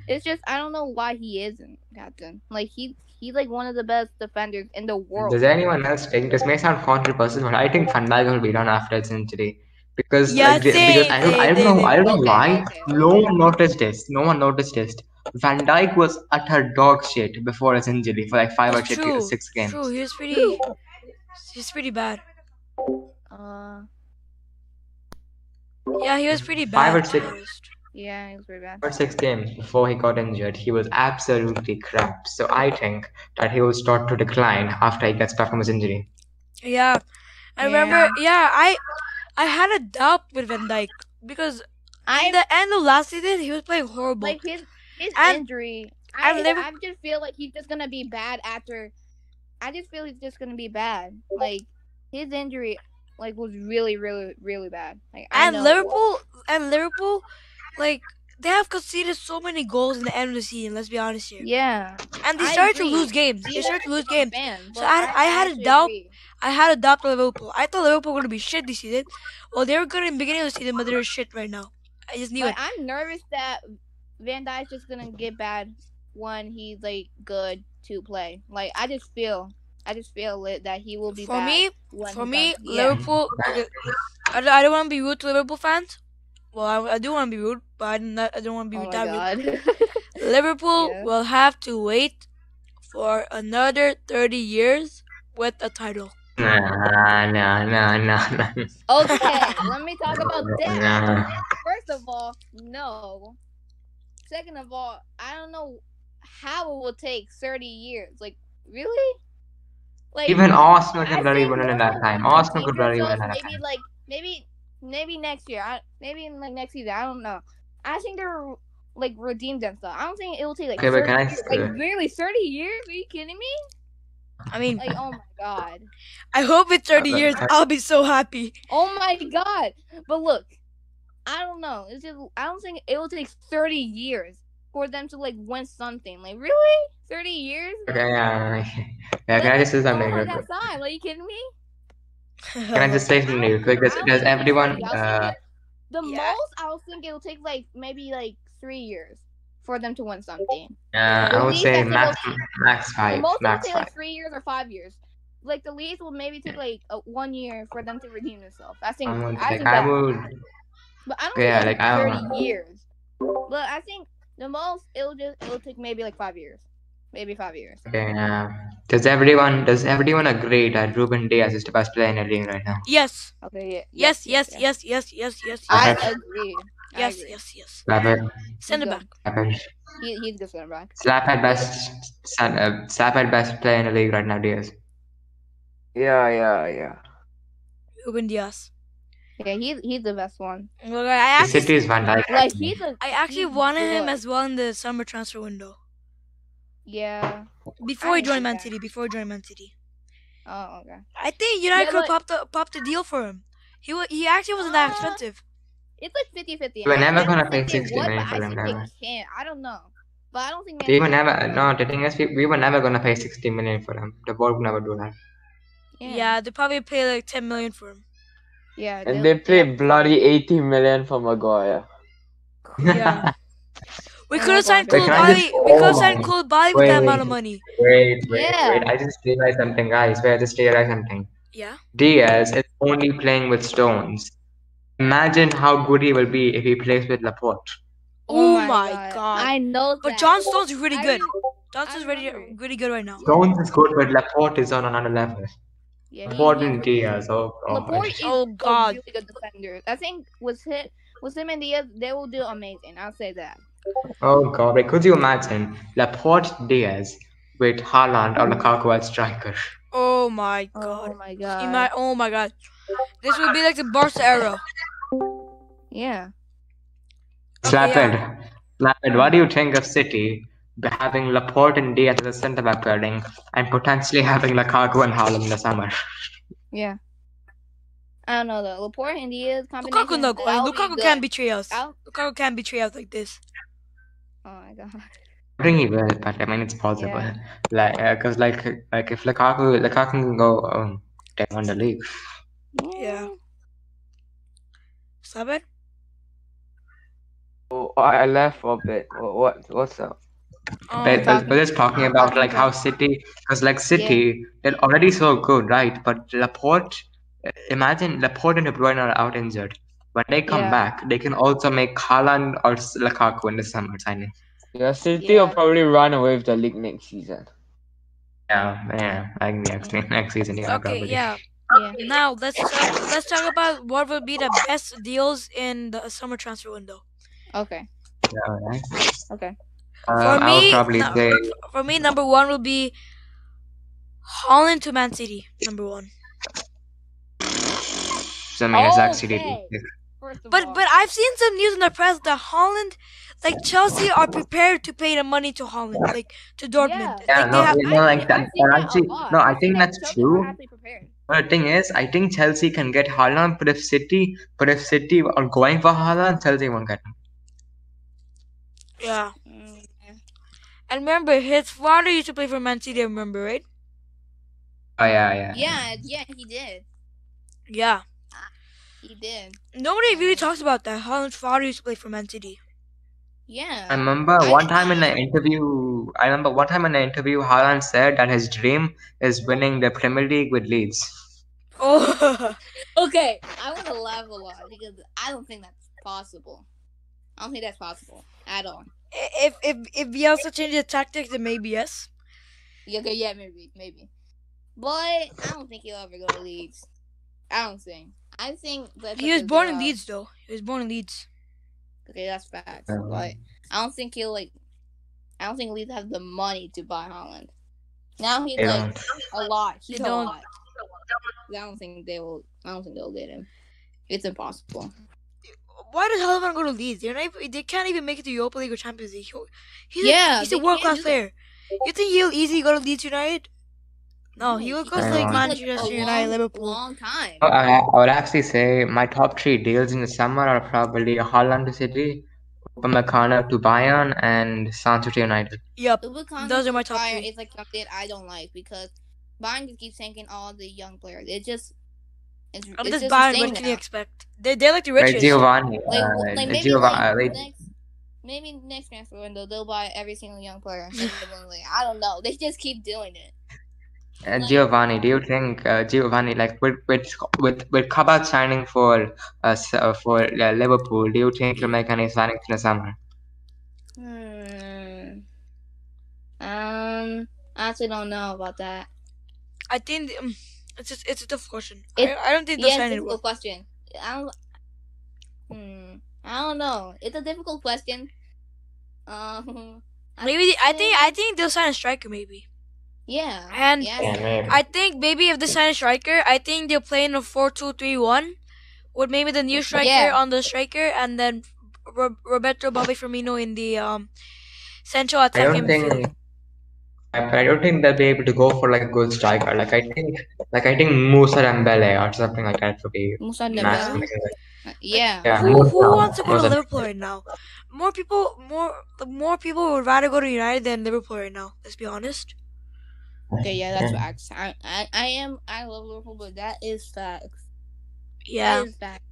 It's just I don't know why he isn't captain. Like he he's like one of the best defenders in the world.
Does anyone else think this may sound controversial, but I think Van Dijk will be done after his injury because
Yeah,
like, the-
they-
because I don't, I
they-
don't know
they-
I don't know
okay,
why
okay.
no one noticed this. No one noticed this. Van Dijk was utter dog shit before his injury for like five or
That's
six,
true.
six games.
True, he was pretty. He's pretty bad.
Uh,
Yeah, he was pretty bad.
Five or
to be
six.
honest.
yeah, he was pretty bad.
Five or six games before he got injured, he was absolutely crap. So I think that he will start to decline after he gets back from his injury.
Yeah, I remember. Yeah, I, I had a doubt with Van Dijk because at
I
the end of last season he was playing horrible.
like his his
I'm-
injury. I
I'm
I,
never-
just feel like he's just gonna be bad after. I just feel he's just gonna be bad. Like his injury, like was really, really, really bad. Like I
and
know-
Liverpool, and Liverpool, like they have conceded so many goals in the end of the season. Let's be honest here.
Yeah,
And they
I
started to
agree.
lose games. They
Yeah,
started to lose
I'm a
games.
fan,
So
but
I- I had a
actually
doubt.
agree.
I had a doubt on Liverpool. I thought Liverpool were gonna be shit this season. Well, they were good in the beginning of the season, but they're shit right now. I just knew
But
it.
I'm nervous that Van Dyke's just gonna get bad when he's like good to play. Like I just feel, I just feel it that he will be
For
bad
me,
when
for
he's
me,
done. Yeah.
Liverpool. okay, I, don't- I don't want to be rude to Liverpool fans. Well, I, I do want to be rude, but I'm not, I don't want to be
Oh my
that rude.
god. *laughs*
Liverpool
Yeah.
will have to wait for another 30 years with a title.
Nah, nah, nah, nah, nah.
okay, let me talk about that.
nah.
First of all, no. Second of all, I don't know how it will take 30 years. Like, really? Like
Even Arsenal could
I
barely
think
win it at that
Liverpool
time.
will
Arsenal
take
could barely win it at
themselves
that
Maybe
time.
like maybe maybe next year. I, maybe in like next season. I don't know. I think they're like redeemed and stuff. I don't think it will take like
Okay,
30,
but can I
like really 30 years? Are you kidding me?
I mean,
Like oh my god.
I hope in 30
Uh,
years
uh,
I'll be so happy.
Oh my god! But look, I don't know. It's just I don't think it will take thirty years for them to like win something. Like really, thirty years? Oh
Okay, yeah, yeah. Can I just say something real
Over
quick?
that time? Are you kidding me?
Can I just say something real quick? Does,
I don't
does
think it's
everyone?
30. I
Uh,
was thinking- the
Yeah.
most I was thinking it will take like maybe like three years for them to win something.
yeah, uh, I would
Please,
say
that's a
max,
little-
max
The
five,
most it will
max
take
five.
like three years or five years. Like the least will maybe take like a, one year for them to redeem themselves. I think.
I
I
would, like,
think
I
that-
would.
But I don't
Yeah,
think
like,
like
I don't
thirty years. But I think the most it'll just it'll take maybe like five years, maybe five years.
Okay, yeah. Does everyone? Does everyone agree that Ruben Diaz is the best player in the league right now?
*laughs* Yes.
Okay. Yeah.
Yes, yes, yes, yes, yes, yes,
I
yes.
Okay.
agree. I
Yes,
agree.
yes, yes.
Slap it,
Send it
Good.
back.
slap it,
He, he's good center back.
slap at best, son- uh, slap at best player in the league right now, Diaz.
Yeah, yeah, yeah.
Ruben Diaz.
Yeah, he's he's the best one.
Look, I
The
actually,
city is Van Dijk.
Like
actually.
he's a
I actually
he's
wanted him
good.
as well in the summer transfer window
yeah.
before
I
he joined
hate
Man
that.
City. Before he joined Man City,
Oh okay.
I think United
Yeah,
could
but-
popped the popped the deal for him. He wa- he actually wasn't that
Uh,
expensive.
It's like 50-50.
We're
I
never
think
gonna
they
pay 60
would,
million
but
for
I
them,
think they
never.
can. I don't know, but I don't think Man
We were
City
never.
can.
No, the thing is, we, we were never gonna pay 60 million for him. The board would never do that.
Yeah. they probably paid like ten million for
*laughs*
him.
yeah.
And they play bloody 80 million for Maguire.
*laughs*
Yeah. We
Oh my
could have
God.
signed
Wait,
Cole
can I
Bali.
just-
We could have
Oh
signed
my-
Cole Bali with that
Wait.
amount of money.
Wait, wait,
Yeah.
wait. I just realized something, guys. Wait, I just realized something.
Yeah.
Diaz is only playing with stones. Imagine how good he will be if he plays with Laporte.
Oh my God.
I know.
But
that.
John Stones is really
I
good.
re-
John Stones is really
remember.
really good right now.
Stones is good, but Laporte is on another level.
yeah, he-
Laporte
he's
and
really
Diaz. Oh, God.
Laporte is
Oh, God.
a really good defender. I think with him, with him and Diaz, they will do amazing. I'll say that.
Oh, God. Wait, could you imagine Laporte Diaz with Haaland or Lukaku as striker?
Oh my
Oh
god.
my
Ima-
god.
oh my god. This would be like the Barca era.
yeah.
Okay,
Slap
yeah.
it. Slap it. What do you think of City having Laporte and Diaz as a centre back pairing and potentially having Lukaku and Haaland in the summer?
Yeah. I don't know though. Laporte and Diaz combination.
Lukaku no, like,
that'll
Lukaku
good.
can betray us.
That'll-
Lukaku can betray us like this.
Oh my god.
pretty well, but I mean it's possible.
Yeah.
Like, because like like if Lukaku Lukaku can go um, they won the league.
Yeah. Seven?
Oh, I I left for a bit. Wha- What? What's up?
Um,
but, but,
talking-
but just talking about
talking
like how
about-
City, because like City, they're already so good, right? But Laporte, uh, imagine Laporte and De Bruyne are out injured. When they come
Yeah.
back, they can also make Haaland or S- Lukaku in the summer signing.
Yeah, City will
Yeah.
probably run away with the league next season.
Yeah, yeah, I think next *laughs* next season, yeah,
Um, okay,
probably.
yeah.
Yeah.
Now let's talk, let's talk about what would be the best deals in the summer transfer window.
*laughs* Okay.
All right.
Okay.
Um, I would
me,
probably
no.
say
For me, number one would be Holland to Man City. Number one.
I mean, it's actually
Okay. First of all,
But but I've seen some news in the press that Holland, like Chelsea, are prepared to pay the money to Holland, like to Dortmund.
Yeah.
Yeah,
Like,
no,
they have,
yeah, no, like
I've
that.
seen that
but
a
actually,
lot.
no, I
I've
think
seen that
that's
Chelsea were
true.
actually prepared.
But the thing is, I think Chelsea can get Haaland, but if City, but if City are going for Haaland, Chelsea won't get him.
yeah.
Mm, yeah.
And remember, his father used to play for Man City. Remember, right?
Oh yeah, yeah.
Yeah, yeah, he did.
Yeah.
He did.
Nobody really talks about that. Holland's father used to play for Man City.
Yeah.
I remember one time in an interview. I remember one time in an interview, Haaland said that his dream is winning the Premier League with Leeds.
Oh, *laughs*
Okay, I want to laugh a lot because I don't think that's possible. I don't think that's possible at all.
if if if Bielsa changes the tactics, then maybe yes.
Yeah, okay, yeah, maybe, maybe. But I don't think he'll ever go to Leeds. I don't think. I think that
He was born in Leeds, though. He was born in Leeds.
Okay, that's facts.
Um,
But I don't think he'll like. I don't think Leeds have the money to buy Holland. Now he's
They
like
don't.
a lot. He's
They
a
don't.
lot. I don't think they will. I don't think they'll get him. It's impossible.
Why does Holland go to Leeds? They're not. even- They can't even make it to Europa League or Champions League. He- He's
Yeah,
a, he's
they
a
can't
world class
do that.
player. You think he'll easily go to Leeds United? No, he will go to
can't.
like
Yeah.
Manchester
a
United,
long,
Liverpool.
Long time.
Oh, I, I would actually say my top three deals in the summer are probably Haaland to City, Upamecano to Bayern, and Sancho to United.
Yep.
Ubicon
Those are my top three.
It's like something I don't like because Bayern just keeps tanking all the young players. It just it's,
I'm
it's
just
just
Bayern.
insane
What can you
now.
expect? They they're like the
Like
richest.
Giovanni,
Like,
uh,
like maybe
Giova-
like
uh,
next maybe next transfer window they'll buy every single young player. in the Bundesliga. I don't know. They just keep doing it.
Uh, Giovanni, do you think uh, Giovanni, like with with with with Kabak signing for uh, s- uh, for uh, Liverpool, do you think he'll make any signings in the summer?
Hmm. Um. I actually don't know about that.
I think th- um, it's just, it's a tough question.
It-
I, I don't think they'll
yes,
sign it.
difficult question. I don't. Hmm. I don't know. It's a difficult question. Um. *laughs* I
Maybe I think
think-
I think they'll sign a striker. Maybe
Yeah.
And-
yeah,
maybe.
I think maybe if they sign a striker, I think they'll play in a four-two-three-one with maybe the new striker
Yeah.
on the striker and then Ro- Roberto Bobby Firmino in the um central
I
attacking
don't
midfield.
think. I, I don't think they'll be able to go for like a good striker. Like I think, like I think Musa Dembele or something like that would be.
Musa
massive.
Dembele. Yeah.
Yeah,
Who, who
Musa-
wants to go to
Musa-
Liverpool right now? More people, more more people would rather go to United than Liverpool right now. Let's be honest.
Okay, yeah, that's facts. I, I, I am. I love Liverpool, but that is facts.
Yeah,
That is facts.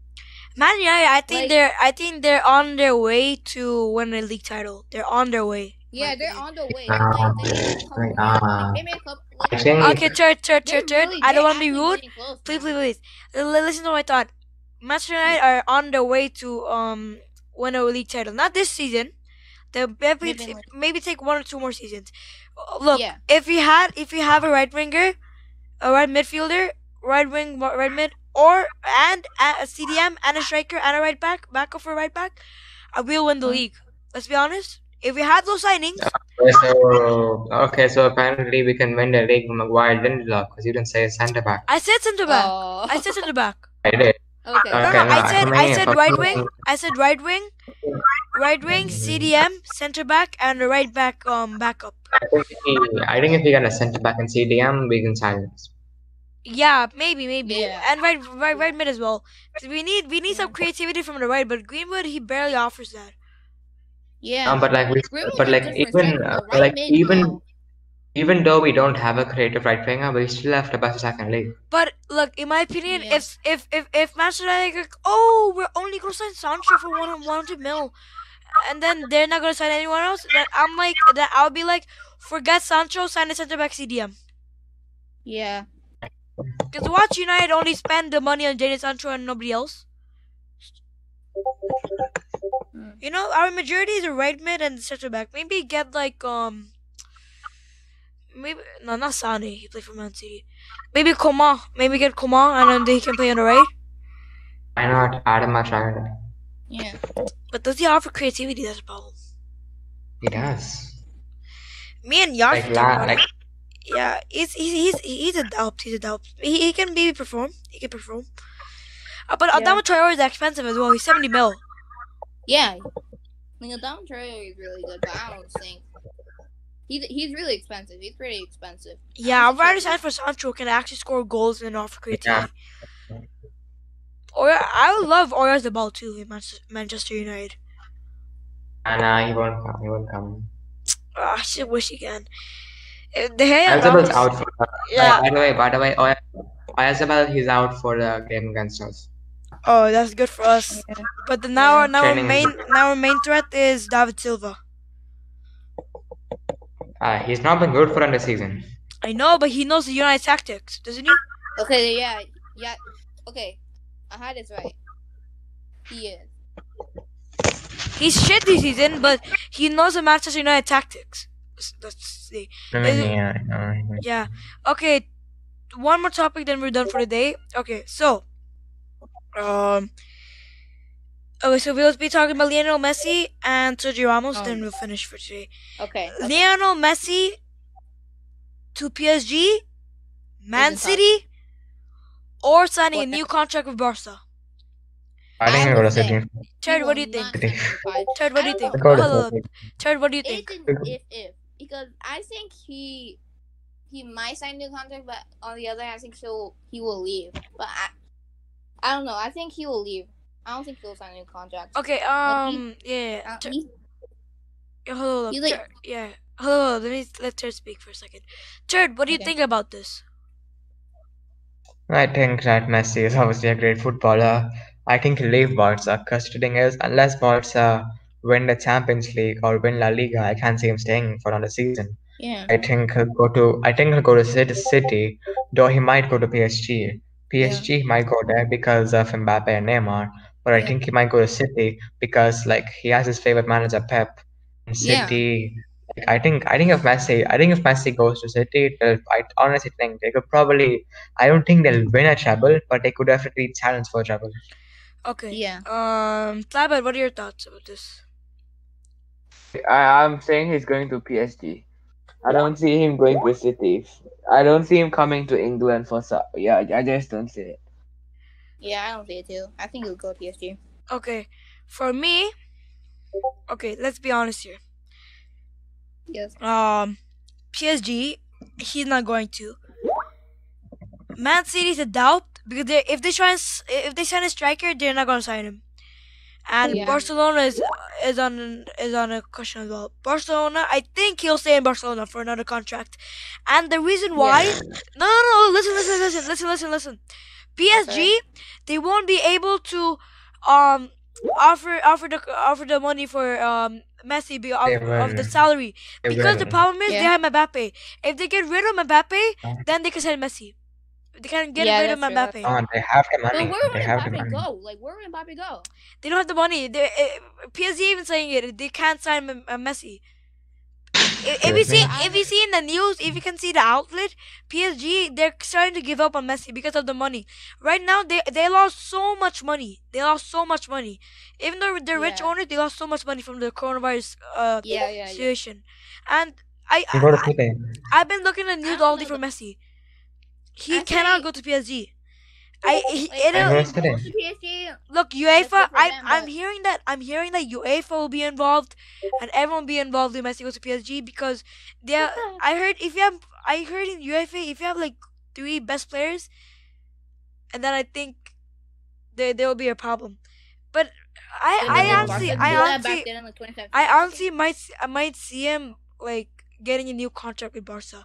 Man United. I think
Like-
they're I think they're on their way to win a league title. They're on their way.
Yeah,
Like,
they're on the way.
Ah,
Like, they made a couple-
ah.
they made a couple-
I think-
Okay, third, third,
They're
third, third.
really-
I don't
they're
want to be
actually
rude.
getting close
Please,
now.
please, please. L- l- listen to my thought. Manchester United are on their way to um win a league title. Not this season. They'll maybe,
Maybe like-
maybe take one or two more seasons. Uh, Look,
Yeah.
if you had if you have a right winger, a right midfielder, right wing, wa- right mid, or and a a CDM and a striker and a right back, back of a right back, uh, we'll win the
Mhm.
league. Let's be honest. If we had those signings,
Okay, so okay, so apparently we can win the league with Maguire Lindelof because you didn't say centre back.
I said centre back.
Oh.
I said centre back.
I did.
okay.
No,
Okay,
no, I
no,
said
for
I
me,
said
for
right
me-
wing. I said right wing, right wing, CDM, center back, and a right back um backup.
I think if we, I think if we get a centre back in CDM, we can sign him.
Yeah, maybe, maybe,
Yeah.
and right, right, right mid as well. We need we need some creativity from the right, but Greenwood he barely offers that.
Yeah.
Um, but like we,
Really
but
a
like
different
even
sector,
uh,
right
like
mid-
even even though we don't have a creative right winger, we still have to pass the second league.
But look, in my opinion,
Yeah.
if if if if Manchester United, go, oh, we're only gonna sign Sancho for one one hundred mil, and then they're not gonna sign anyone else, then I'm like, then I'll be like, forget Sancho, sign a centre back CDM.
Yeah.
Cause watch United only spend the money on Jadon Sancho and nobody else.
Mm.
You know, our majority is a right mid and centre back. Maybe get like um, maybe no, not Sane. He played for Man City. Maybe Coman. Maybe get Coman, and then he can play on the right.
Why not Adam Traoré?
Yeah.
But does he offer creativity? That's a problem.
He does.
Me and Yash
Like la- like
yeah, he's he's he's he's a doubt. He's a doubt. He, he can maybe perform. He can perform. Uh, but
Yeah.
Adama Traore is expensive as well. He's seventy mil.
Yeah. Like Adam Traore is really good, but I don't think he's he's really expensive. He's pretty expensive.
Yeah, I'd
Adama
rather
Traoré.
sign for Sancho can actually score goals and offer
Yeah.
creativity. Or Oh, I would love Oya's the ball too in Manchester, Manchester United.
and uh, he won't come. He won't come.
Ah, I just wish he can. Uh, De Gea and
Elzabel's
Ramos-
out for. Uh,
Yeah.
By the way, by the way, oh, Elzabel, he's out for the game against us.
Oh, that's good for us. But the, now our now our
Training.
main now our main threat is David Silva.
Uh, he's not been good for under season.
I know, but he knows the United tactics, doesn't he?
Okay. Yeah. Yeah. Okay. I had this right. He is.
He's shit this season, but he knows the Manchester United tactics. S- Let's see. it-
Yeah, I know.
Yeah. Okay. One more topic, then we're done for the day. Okay. So, um. Okay, so we'll be talking about Lionel Messi and Sergio Ramos.
Oh.
Then we'll finish for today.
Okay.
Lionel Messi to PSG, Man
Doesn't talk.
City, or signing a
What the-
new contract with Barca.
I think
I
I'm
would
gonna
say-
say
Ted,
He
what do you
will
think?
not sign for *laughs* five.
Ted, what do
I
you
don't
think?
know.
Hold on, hold on. Ted, what do you think?
It's an if if because I think he he might sign new contract, but on the other hand, I think he'll he will leave. But I I don't know. I think he will leave. I don't think he'll sign new contract.
Okay,
Like, he-
um, yeah.
Uh,
Ter-
he-
yeah, hold on,
he's
hold on.
like-
Ter- yeah. Hold on, hold on, let me let Turd speak for a second. Turd, what do you
Okay.
think about this?
I think that Messi is obviously a great footballer. I think he'll leave Barca because the thing is, unless Barca win the Champions League or win La Liga, I can't see him staying for another season.
yeah.
I think he'll go to I think he'll go to City, City though he might go to PSG. PSG he might go there because of Mbappe and Neymar, but I
Yeah.
think he might go to City because like he has his favorite manager Pep. And
Yeah.
City, like, I think I think if Messi I think if Messi goes to City, they'll, I honestly think they could probably I don't think they'll win a treble, but they could definitely challenge for a treble.
Okay.
Yeah.
Um, Tlabed, what are your thoughts about this?
I, I'm saying he's going to PSG. I don't see him going to City. I don't see him coming to England for so. Yeah, I just don't see it.
Yeah, I don't see it too. I think he'll go to PSG.
Okay, for me, okay, let's be honest here.
Yes.
Um, PSG, he's not going to. Man City's a doubt because they, if they try and s- if they sign a striker, they're not gonna sign him. And
Yeah.
Barcelona is is on is on a cushion as well. Barcelona, I think he'll stay in Barcelona for another contract. And the reason why, no, no, no, listen, listen, listen, listen, listen, listen. PSG, they won't be able to, um, offer offer the offer the money for um Messi be, of, of the
will.
salary.
They
Because the
will.
problem is they
Yeah.
have Mbappe. If they get rid of Mbappe,
Yeah.
then they can sign Messi. They can get
Yeah,
rid of
that's true, that's
Mbappe.
Oh, they have the
But
money.
where
They
would
have the money.
Mbappe go? Like where would Mbappe go?
They don't have the money. They, uh, PSG even saying it. They can't sign M- uh, Messi. If, if you see,
Seriously?
if you see in the news, if you can see the outlet, PSG they're starting to give up on Messi because of the money. Right now, they they lost so much money. They lost so much money. Even though they're rich
Yeah.
owners, they lost so much money from the coronavirus uh,
Yeah, yeah, yeah.
situation. And I,
They go to
I
City.
I've been looking at
I
news
don't
all day
know
for
the-
Messi. He
I
cannot
think-
go to PSG. I he,
Like,
it,
I
will
heard-
if he goes to PSG.
look UEFA.
good for
I'm
them,
I'm
but-
hearing that I'm hearing that UEFA will be involved, and everyone be involved if Messi goes to PSG because they.
*laughs*
are- I heard if you have I heard in UEFA if you have like three best players, and then I think there there will be a problem. But I,
They did
I
that
honestly,
back then. They
I
did that
honestly,
back then in the 2017
I honestly might, s- I might see him like getting a new contract with Barca.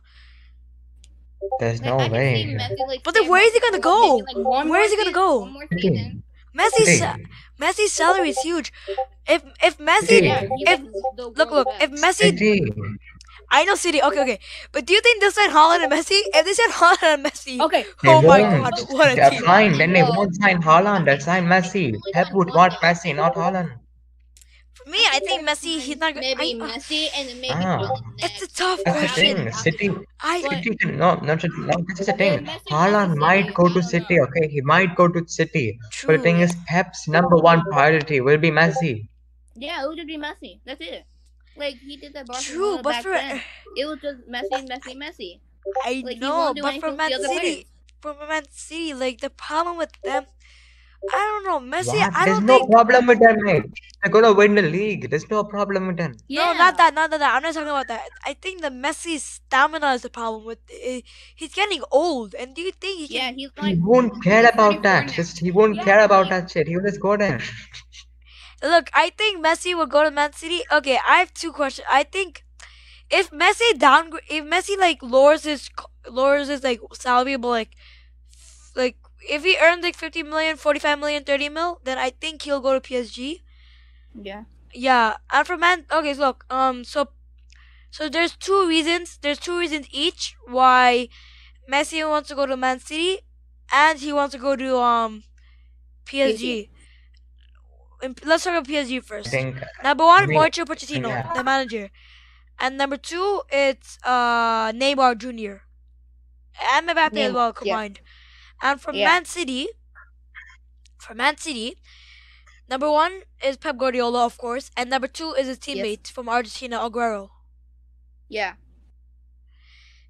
There's
Like,
no
I can
way.
see Messi, like,
But then
staying
where
with
is he gonna
Liverpool,
go?
maybe, like, one
Where
more
is he gonna
season-
go?
One more season.
Messi's,
Hey.
sa- Messi's salary is huge. If if Messi,
Hey.
Yeah, he's, like, the
look, look,
world best.
if Messi,
City.
I know City. Okay, okay. But do you think they'll sign Holland and Messi? If they sign Holland and Messi,
Okay,
They
oh my
won't.
God, what a
They're
team!
fine. Then they
Well,
won't sign Holland. They'll sign Messi.
only
Pep
won
would
one
want
now.
Messi, not Holland.
For me, I think Messi. He's not gonna.
maybe
I- uh,
Messi and then maybe
Ah.
Holland
It's
next.
a tough
That's the
question.
thing. City,
I
But-
City can no, no, no. This is the thing.
Messi
Haaland
versus
might
City,
go
I
to
don't
City.
know.
Okay, he might go to City.
true.
But the thing is, Pep's number one priority will be Messi.
Yeah, it would just be Messi. That's it. Like he did that Barcelona
true, but
back
for
then. It was just Messi, Messi, Messi.
I
Like he
know,
won't do
but for
anything with
Man
the other
City,
players.
for Man City, like the problem with them, I don't know, Messi.
What?
I
There's
don't
no
think.
problem with them, mate. They're gonna win the league. There's no problem with them.
No, not that, not that, that. I'm not talking about that. I think the Messi's stamina is the problem with. eh, He's getting old, and do you think he can?
Yeah, he's
He
like
won't care about
34
that.
now.
Just he won't
Yeah,
care about
like-
that shit. He'll just go there.
Look, I think Messi will go to Man City. Okay, I have two questions. I think if Messi downgrade, if Messi like lowers his co- lowers his like salary, by like f- like if he earned like 50 million, 45 million, 30 mil, then I think he'll go to PSG.
yeah.
Yeah, and for Man, okay, so look, um, so so there's two reasons. There's two reasons each why Messi wants to go to Man City, and he wants to go to um PSG. Um, Let's talk about PSG
I
first.
think
Number one,
Me-
Mauricio Pochettino,
yeah.
the manager, and number two, it's uh Neymar Jr. and Mbappe as
Neymar,
well
yeah.
combined. And from
Yeah.
Man City, for Man City, number one is Pep Guardiola, of course, and number two is his teammate from Argentina, Aguero.
Yeah.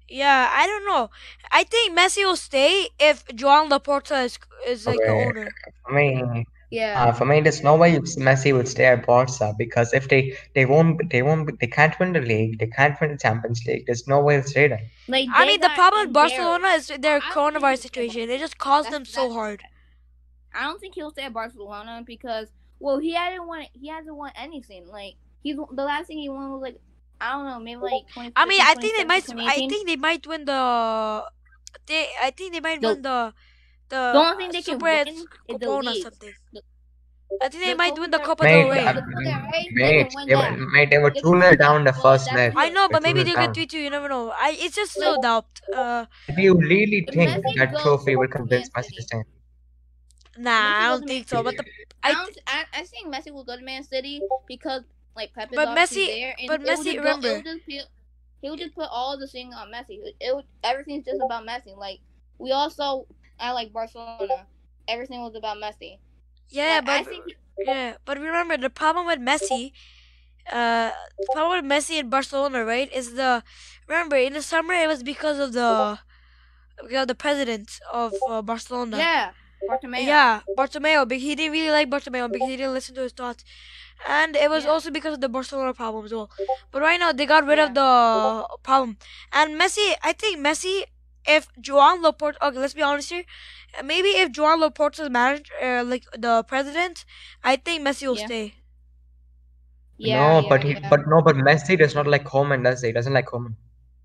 Yeah, I don't know. I think Messi will stay if Joan Laporta is is like the
Okay.
owner.
for me,
Yeah.
uh, for me, there's no way Messi would stay at Barca because if they they won't they won't they can't win the league. They can't win the Champions League. There's no way he'll stay there.
Like
I
they
mean, the
got
problem with
embarrassed.
Barcelona is their
I don't think
coronavirus
it's the-
situation. It just caused them
That's-
so
that's-
hard.
I don't think he'll stay at Barcelona because well he hasn't won he hasn't won anything. Like he's the last thing he won was like I don't know, maybe like twenty.
I mean, I think they might. I think they might win the. They, I think they might
The-
win the. The,
the only thing they can
Super
win
S-
is the
Copon or
league.
something.
The-
I think they
the
might win the
Copa
Copa del
Mate,
Rey.
uh,
Copa del Rey,
mate,
they
they
won
were,
that.
mate, they were
They
2
won
0
that.
down the
Well,
first
that's
leg.
it.
I know, but
They
maybe
were
they'll
down.
get three two. You never know. I it's just still doubt. Uh,
Do you really
If
think
Messi
that
goes
trophy will
to Man
convince Messi
City,
to stay?
nah, I
Messi
don't
doesn't
think
make
so. But the
I,
I
don't, I, I think Messi will go to Man City because like Pep is
But
obviously
Messi-
there, and
but
it would
Messi,
just go-
remember-
it would just be- he would just put all the thing on Messi. It, it would, everything's just about Messi. Like we all saw at like Barcelona, everything was about Messi.
yeah,
Like, I
but
think
yeah, but remember the problem with Messi. Uh, the problem with Messi in Barcelona, right? Is the remember in the summer it was because of the because of the president of uh, Barcelona.
yeah, Bartomeu.
Yeah, Bartomeu. But he didn't really like Bartomeu because he didn't listen to his thoughts, and it was
Yeah.
also because of the Barcelona problem as well. But right now they got rid of
Yeah.
the problem, and Messi. I think Messi. If Joan Laporta, okay, let's be honest here. Maybe if Joan Laporta's manager, uh, like the president, I think Messi will
Yeah.
stay.
yeah,
no, but he,
yeah.
but no, but Messi does not like Coleman, does he? He doesn't like Coleman.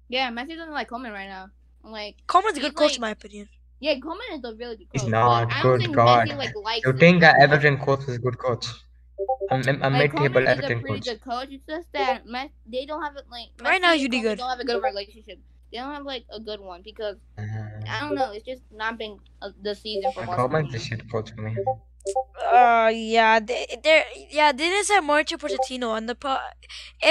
yeah, Messi doesn't like Coleman right now. Like
Coleman's a good
He's
coach, in
like-
my opinion.
yeah, Coleman is a really good coach.
He's
but
not.
I
Good
don't think
God.
Messi, like, likes
You
him.
think that Everton coach is a good coach? A, a, a
Like,
mid-table
Coleman is a
Everton
pretty
coach.
good coach. It's just that Mes- they don't have like
Right
Messi
now,
and
you did
Coleman
good.
Don't have a good relationship. They don't have like a good one because
Uh,
I don't know. It's just not been uh, the season for
Coleman's a
Barcelona.
shit coach for me.
Uh, yeah, they, they're yeah, they didn't sign Mauricio Pochettino, and the pro-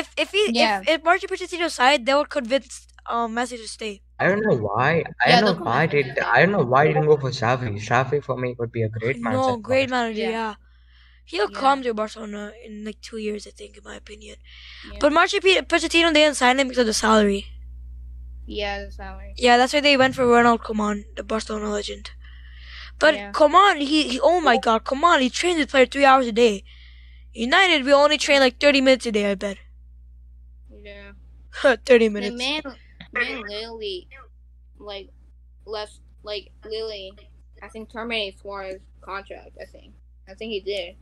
if if he
Yeah.
if if Mauricio Pochettino signed, they would convince um Messi to stay.
I don't know why. I
Yeah,
don't
the
know why
Coleman's
did
a
I don't know why didn't go for Xavi. Xavi for me would be a great manager.
No, great manager, yeah.
Yeah.
He'll
Yeah.
come to Barcelona in like two years, I think, in my opinion.
Yeah.
But Mauricio P- Pochettino they didn't sign him because of the salary.
Yeah, the salary.
Yeah, that's why they went for Ronald Koeman, the Barcelona legend. But
Yeah.
Koeman, he, he oh my God, Koeman, he trains his player three hours a day. United, we only train like thirty minutes a day. I bet *laughs*
Yeah.
thirty
The
minutes.
man, man, Lily, like left, like Lily. I think terminated Suarez's contract. I think. I think he did.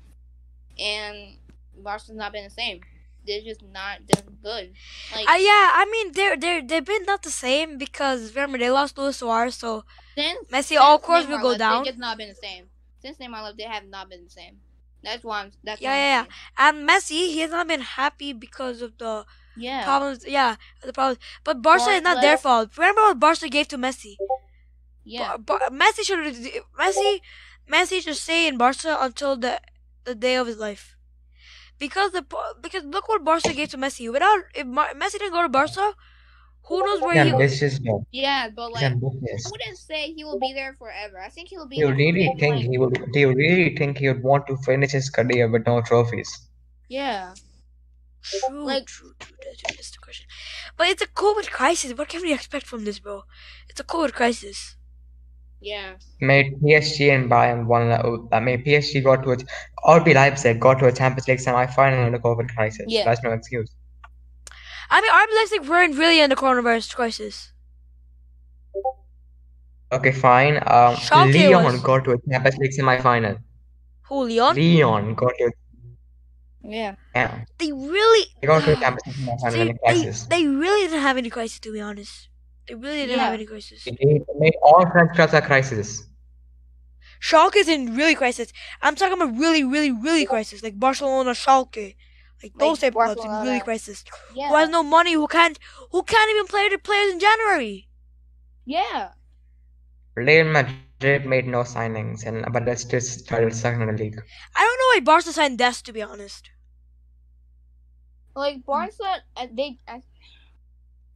and Barcelona's not been the same. They're just not they're good. Like
Uh, yeah, I mean they're they they've been not the same because remember they lost Luis Suarez, so
since
Messi
since
of course
Neymar
will go
left,
down.
They just not been the same. Since Neymar left, they have not been the same. That's why I'm. That's
Yeah,
why
yeah,
I'm
And Messi he has not been happy because of the
saying. yeah.
problems. Yeah, the problems. But Barca is not their
Barca-
fault. Remember what Barca gave to Messi.
yeah.
Bar- Bar- Messi should Messi Messi should stay in Barca until the the day of his life. Because the po- because look what Barca gave to Messi. Without if Mar- Messi didn't go to Barca, who knows where he
is no.
Yeah, but like I
ambitious.
wouldn't say he will be there forever. I think he will be.
Do you
there
really
like-
think he would? Do you really think he would want to finish his career with no trophies?
Yeah.
True,
Like-
true, true, true, true. That's the question. But it's a COVID crisis. What can we expect from this, bro? It's a COVID crisis.
Yeah.
May PSG and Bayern won. I mean, PSG got to a, RB Leipzig got to a Champions League semi-final in the COVID crisis.
Yeah.
That's no excuse.
I mean, RB Leipzig weren't really in the coronavirus crisis.
Okay, fine. Um,
Schalke
Leon
was-
got to a Champions League semi-final.
Who, Leon?
Leon got to.
Yeah.
Yeah,
They really. *gasps*
they got to a Champions League semi-final in
they,
the
they,
crisis.
they really didn't have any crisis, to be honest. They really didn't have
Yeah.
any crisis.
They made all French clubs are crisis.
Schalke is in really crisis. I'm talking about really, really, really crisis. Like Barcelona, Schalke. Like those
Like
type of clubs in really
Barcelona.
crisis.
Yeah.
Who has no money? Who can't? Who can't even play their players in January?
yeah.
Real Madrid made no signings, and but that's just started second in the league.
I don't know why Barca signed Des, to be honest. Hmm.
Like Barcelona, uh, they. I,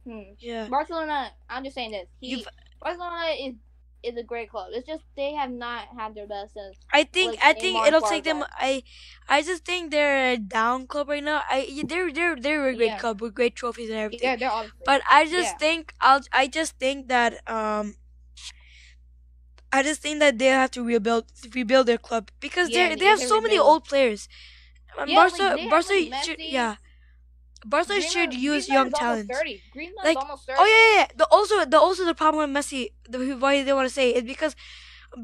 hmm.
Yeah.
Barcelona. I'm just saying this. He,
You've-
Barcelona is is a great club. It's just they have not had their best since.
I think
Like
I think
Neymar
it'll take them
Barca.
I I just think they're a down club right now. I yeah, they're they're they're a great
Yeah.
club with great trophies and everything.
Yeah, they're obviously.
But I just
Yeah.
think I'll I just think that um I just think that they have to rebuild rebuild their club because
Yeah,
they
they
they have
need to
so many
rebuild.
old players. Um,
Yeah, like,
Barca
they have,
Barca
like,
should
Messi.
yeah. Barca should
Griezmann-
use
Griezmann
young
is almost
talent.
30. Griezmann's
Like-
almost 30.
Oh yeah, yeah, yeah. The also the also the problem with Messi, the why they want to say is because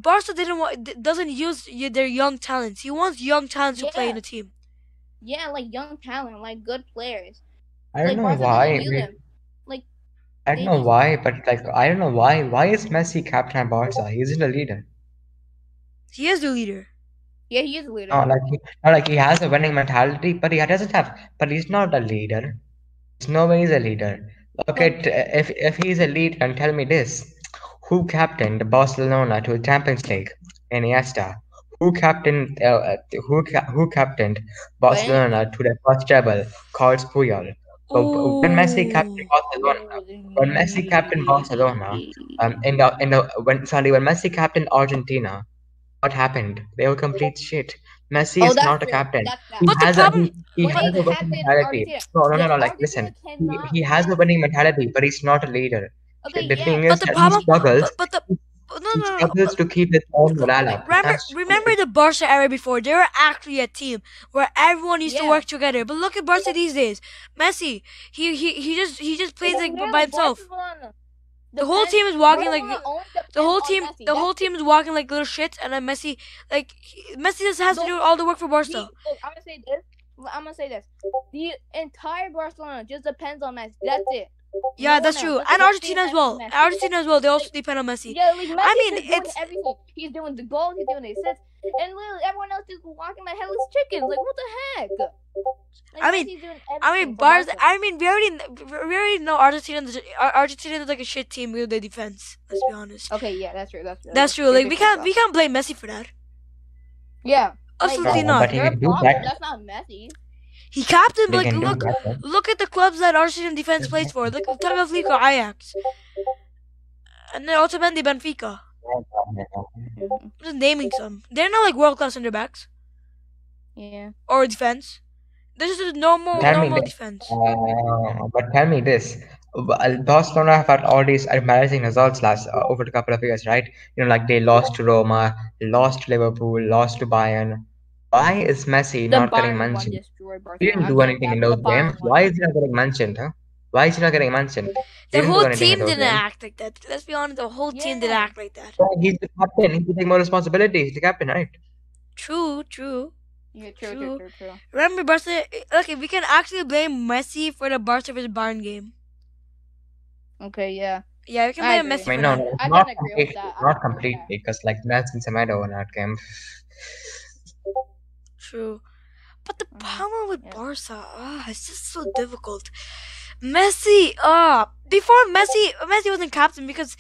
Barca didn't want d- doesn't use y- their young talents. He wants young talents to play in
Yeah.
the team.
Yeah, like young talent, like good players.
I don't
like,
know
Barca
why.
doesn't use
we-
them.
I
They
don't know
just-
why, but like I don't know why. Why is Messi captain of Barca? He isn't a leader.
He is the leader.
Yeah, he is a leader.
Not Oh, like he, not like he has a winning mentality, but he doesn't have. But he's not a leader. There's no way he's a leader. Okay, t- if if he's a leader, then tell me this: Who captained Barcelona to a Champions League? Iniesta. Who captained uh, uh, who ca- who captained Barcelona to the first treble? Carles Puyol. But when Messi captained
Ooh.
Barcelona, when Messi captained Barcelona, um, in the in the when sorry when Messi captained Argentina, what happened? They were complete shit. Messi
Oh,
is
that's
not a
true.
captain.
That's that.
He
But the
has a
problem-
he, he
When
has
he
a winning
captained
mentality.
Argentina-
No, no, no,
Yeah,
no. Like listen,
Argentina
he,
cannot
he has a
win.
winning mentality, but he's not a leader.
Okay,
the
yeah,
thing
But
is
the
that
problem-
he struggles.
But but the but no no
He
no. no,
struggles
but-
to keep his own morale up.
Remember,
That's-
remember the Barca era before. They were actually a team where everyone used to
Yeah.
work together. But look at Barca these days. Messi, he he, he just he just plays like by
Really,
himself.
Barcelona.
The whole
Depends-
team is walking like
Barcelona only
the whole
depends on
team.
Messi.
The
That's
whole team is walking like little shits, and then Messi, like he- Messi, just has to
No.
do all the work for
the-
Barca.
Look, I'm gonna say this. I'm gonna say this. The entire Barcelona just depends on Messi. That's it.
Yeah,
No
that's
one
true.
else.
And
Messi
Argentina as well.
Messi.
Argentina as well. They also depend on Messi.
Yeah, like Messi
I mean,
is doing
it's-
everything. He's doing the goals. He's doing the assists, and literally everyone else is walking like headless chickens. Like what the heck? Like,
I mean-
Messi's doing
I
everything
mean,
for
Bars.
Barca.
I mean, we already kn- we already know Argentina. Ar- Argentina is like a shit team with their defense. Let's be honest.
Okay, yeah, that's true. That's true.
That's true.
You're
Like we
fixing
can't we
yourself.
can't blame Messi for that.
Yeah.
Absolutely
No,
not.
but he
Your
can do
problem,
that.
That's not Messi.
He captain.
They
Like
can do
look
that, right?
look at the clubs that Argentina defense plays for. Like Tagliafico, Ajax, and then ultimately Benfica. I'm just naming some. They're not like world class in their backs.
Yeah.
or defense. This is normal
Tell me
normal
that-
defense.
Uh, but tell me this. Well, Barcelona have had all these embarrassing results last uh, over a couple of years, right? You know, like they lost to Roma, lost to Liverpool, lost to Bayern. Why is Messi not getting
Bayern one
mentioned?
destroyed Barcelona.
He didn't
I'm
do
saying
anything in
that, the
those games.
Bayern one.
Why is he not getting mentioned, huh? Why is he not getting mentioned? He
The
didn't do
whole
anything in
team
those
didn't
games.
act like that. Let's be honest, the whole team didn't
Yeah.
act like that.
Yeah, he's the captain. He should take more responsibility. He's the captain, right?
True, true.
Yeah, true, true,
True.
true, true.
Remember Barca? eh, Okay, we can actually blame Messi for the Barca versus Bayern game.
Okay, yeah.
Yeah, we can
I
blame
agree.
Messi.
I
for
mean, no,
that.
no,
I
not
can agree with
completely,
that. I
not
can agree with
completely, because like that's in Semedo in that game.
True. But the
Mhm,
problem with
yeah.
Barca, ah, it's just so difficult. Messi, ah, before Messi, Messi wasn't captain because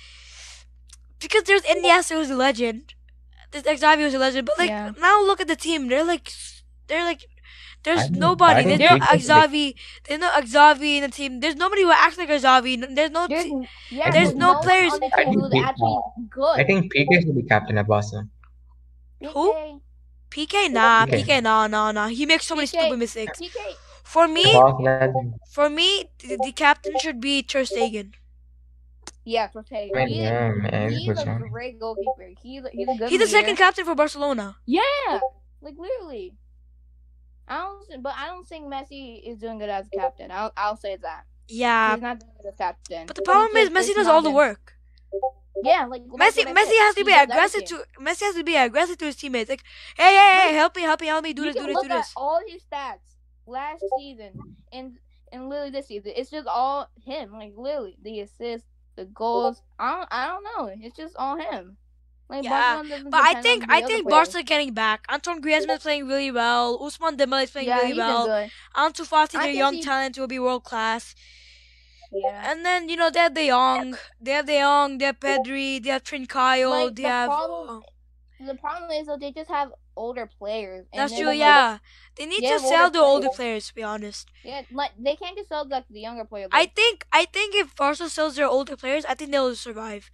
because there's Iniesta who's a legend, there's Xavi who's a legend. But like
Yeah.
now, look at the team. They're like, s- they're like,
I
there's
don't- I
nobody.
don't
There's no
think-
Xavi. There's no Xavi in the team. There's nobody who acts like Xavi. n- There's no.
There's,
te-
yeah,
there's
no
one
players-
on the
I
team
think
who's
Pete-
actually good.
I think PK should be captain of Barca.
Who?
PK,
PK, nah,
Okay.
PK, nah, nah, nah. He makes so many
PK.
stupid mistakes.
PK,
For me,
Barca legend.
for me, the, the captain should be Ter Stegen.
yeah, Tortega.
Man,
He,
yeah, man,
he's
good
a
job.
great goalkeeper. He's a, he's a good
He's the
leader.
second captain for Barcelona.
Yeah, like literally. I don't, thi- but I don't think Messi is doing good as a captain. I'll, I'll say that
Yeah,
he's not doing good as a captain.
Uh, but the problem
It's
is
just-
Messi
it's
does
not
all the
him.
work.
Yeah, like that's
Messi,
what I
Messi
said.
has to
He
be
does
aggressive
everything.
to Messi has to be aggressive to his teammates. Like, hey, hey, hey, help me, help me, help me, do
you
this,
can
do this,
look
do
at
this.
all his stats last season and and literally this season. It's just all him. Like literally the assists, the goals. I don't I don't know. It's just all him. Like
Yeah,
Barcelona doesn't
But I
depend on
think
the
I
other
think
players.
Barca getting back. Anton Griezmann is playing really well. Usman Dembele is playing
yeah,
really
he's been
well.
good.
Ansu Fati, their
I can
young
see-
talent, will be world class.
Yeah.
And then you know they have De Jong, they have De Jong, they have Pedri, they have Trincao,
Like,
they
the
have.
problem-
uh,
The problem is though they just have older players. and
that's
they
true.
don't, like,
Yeah, they need
they
to
have older
sell the older players.
players.
To be honest.
Yeah, like they can't just sell like the younger players.
I
Like,
think I think if Barca sells their older players, I think they'll survive,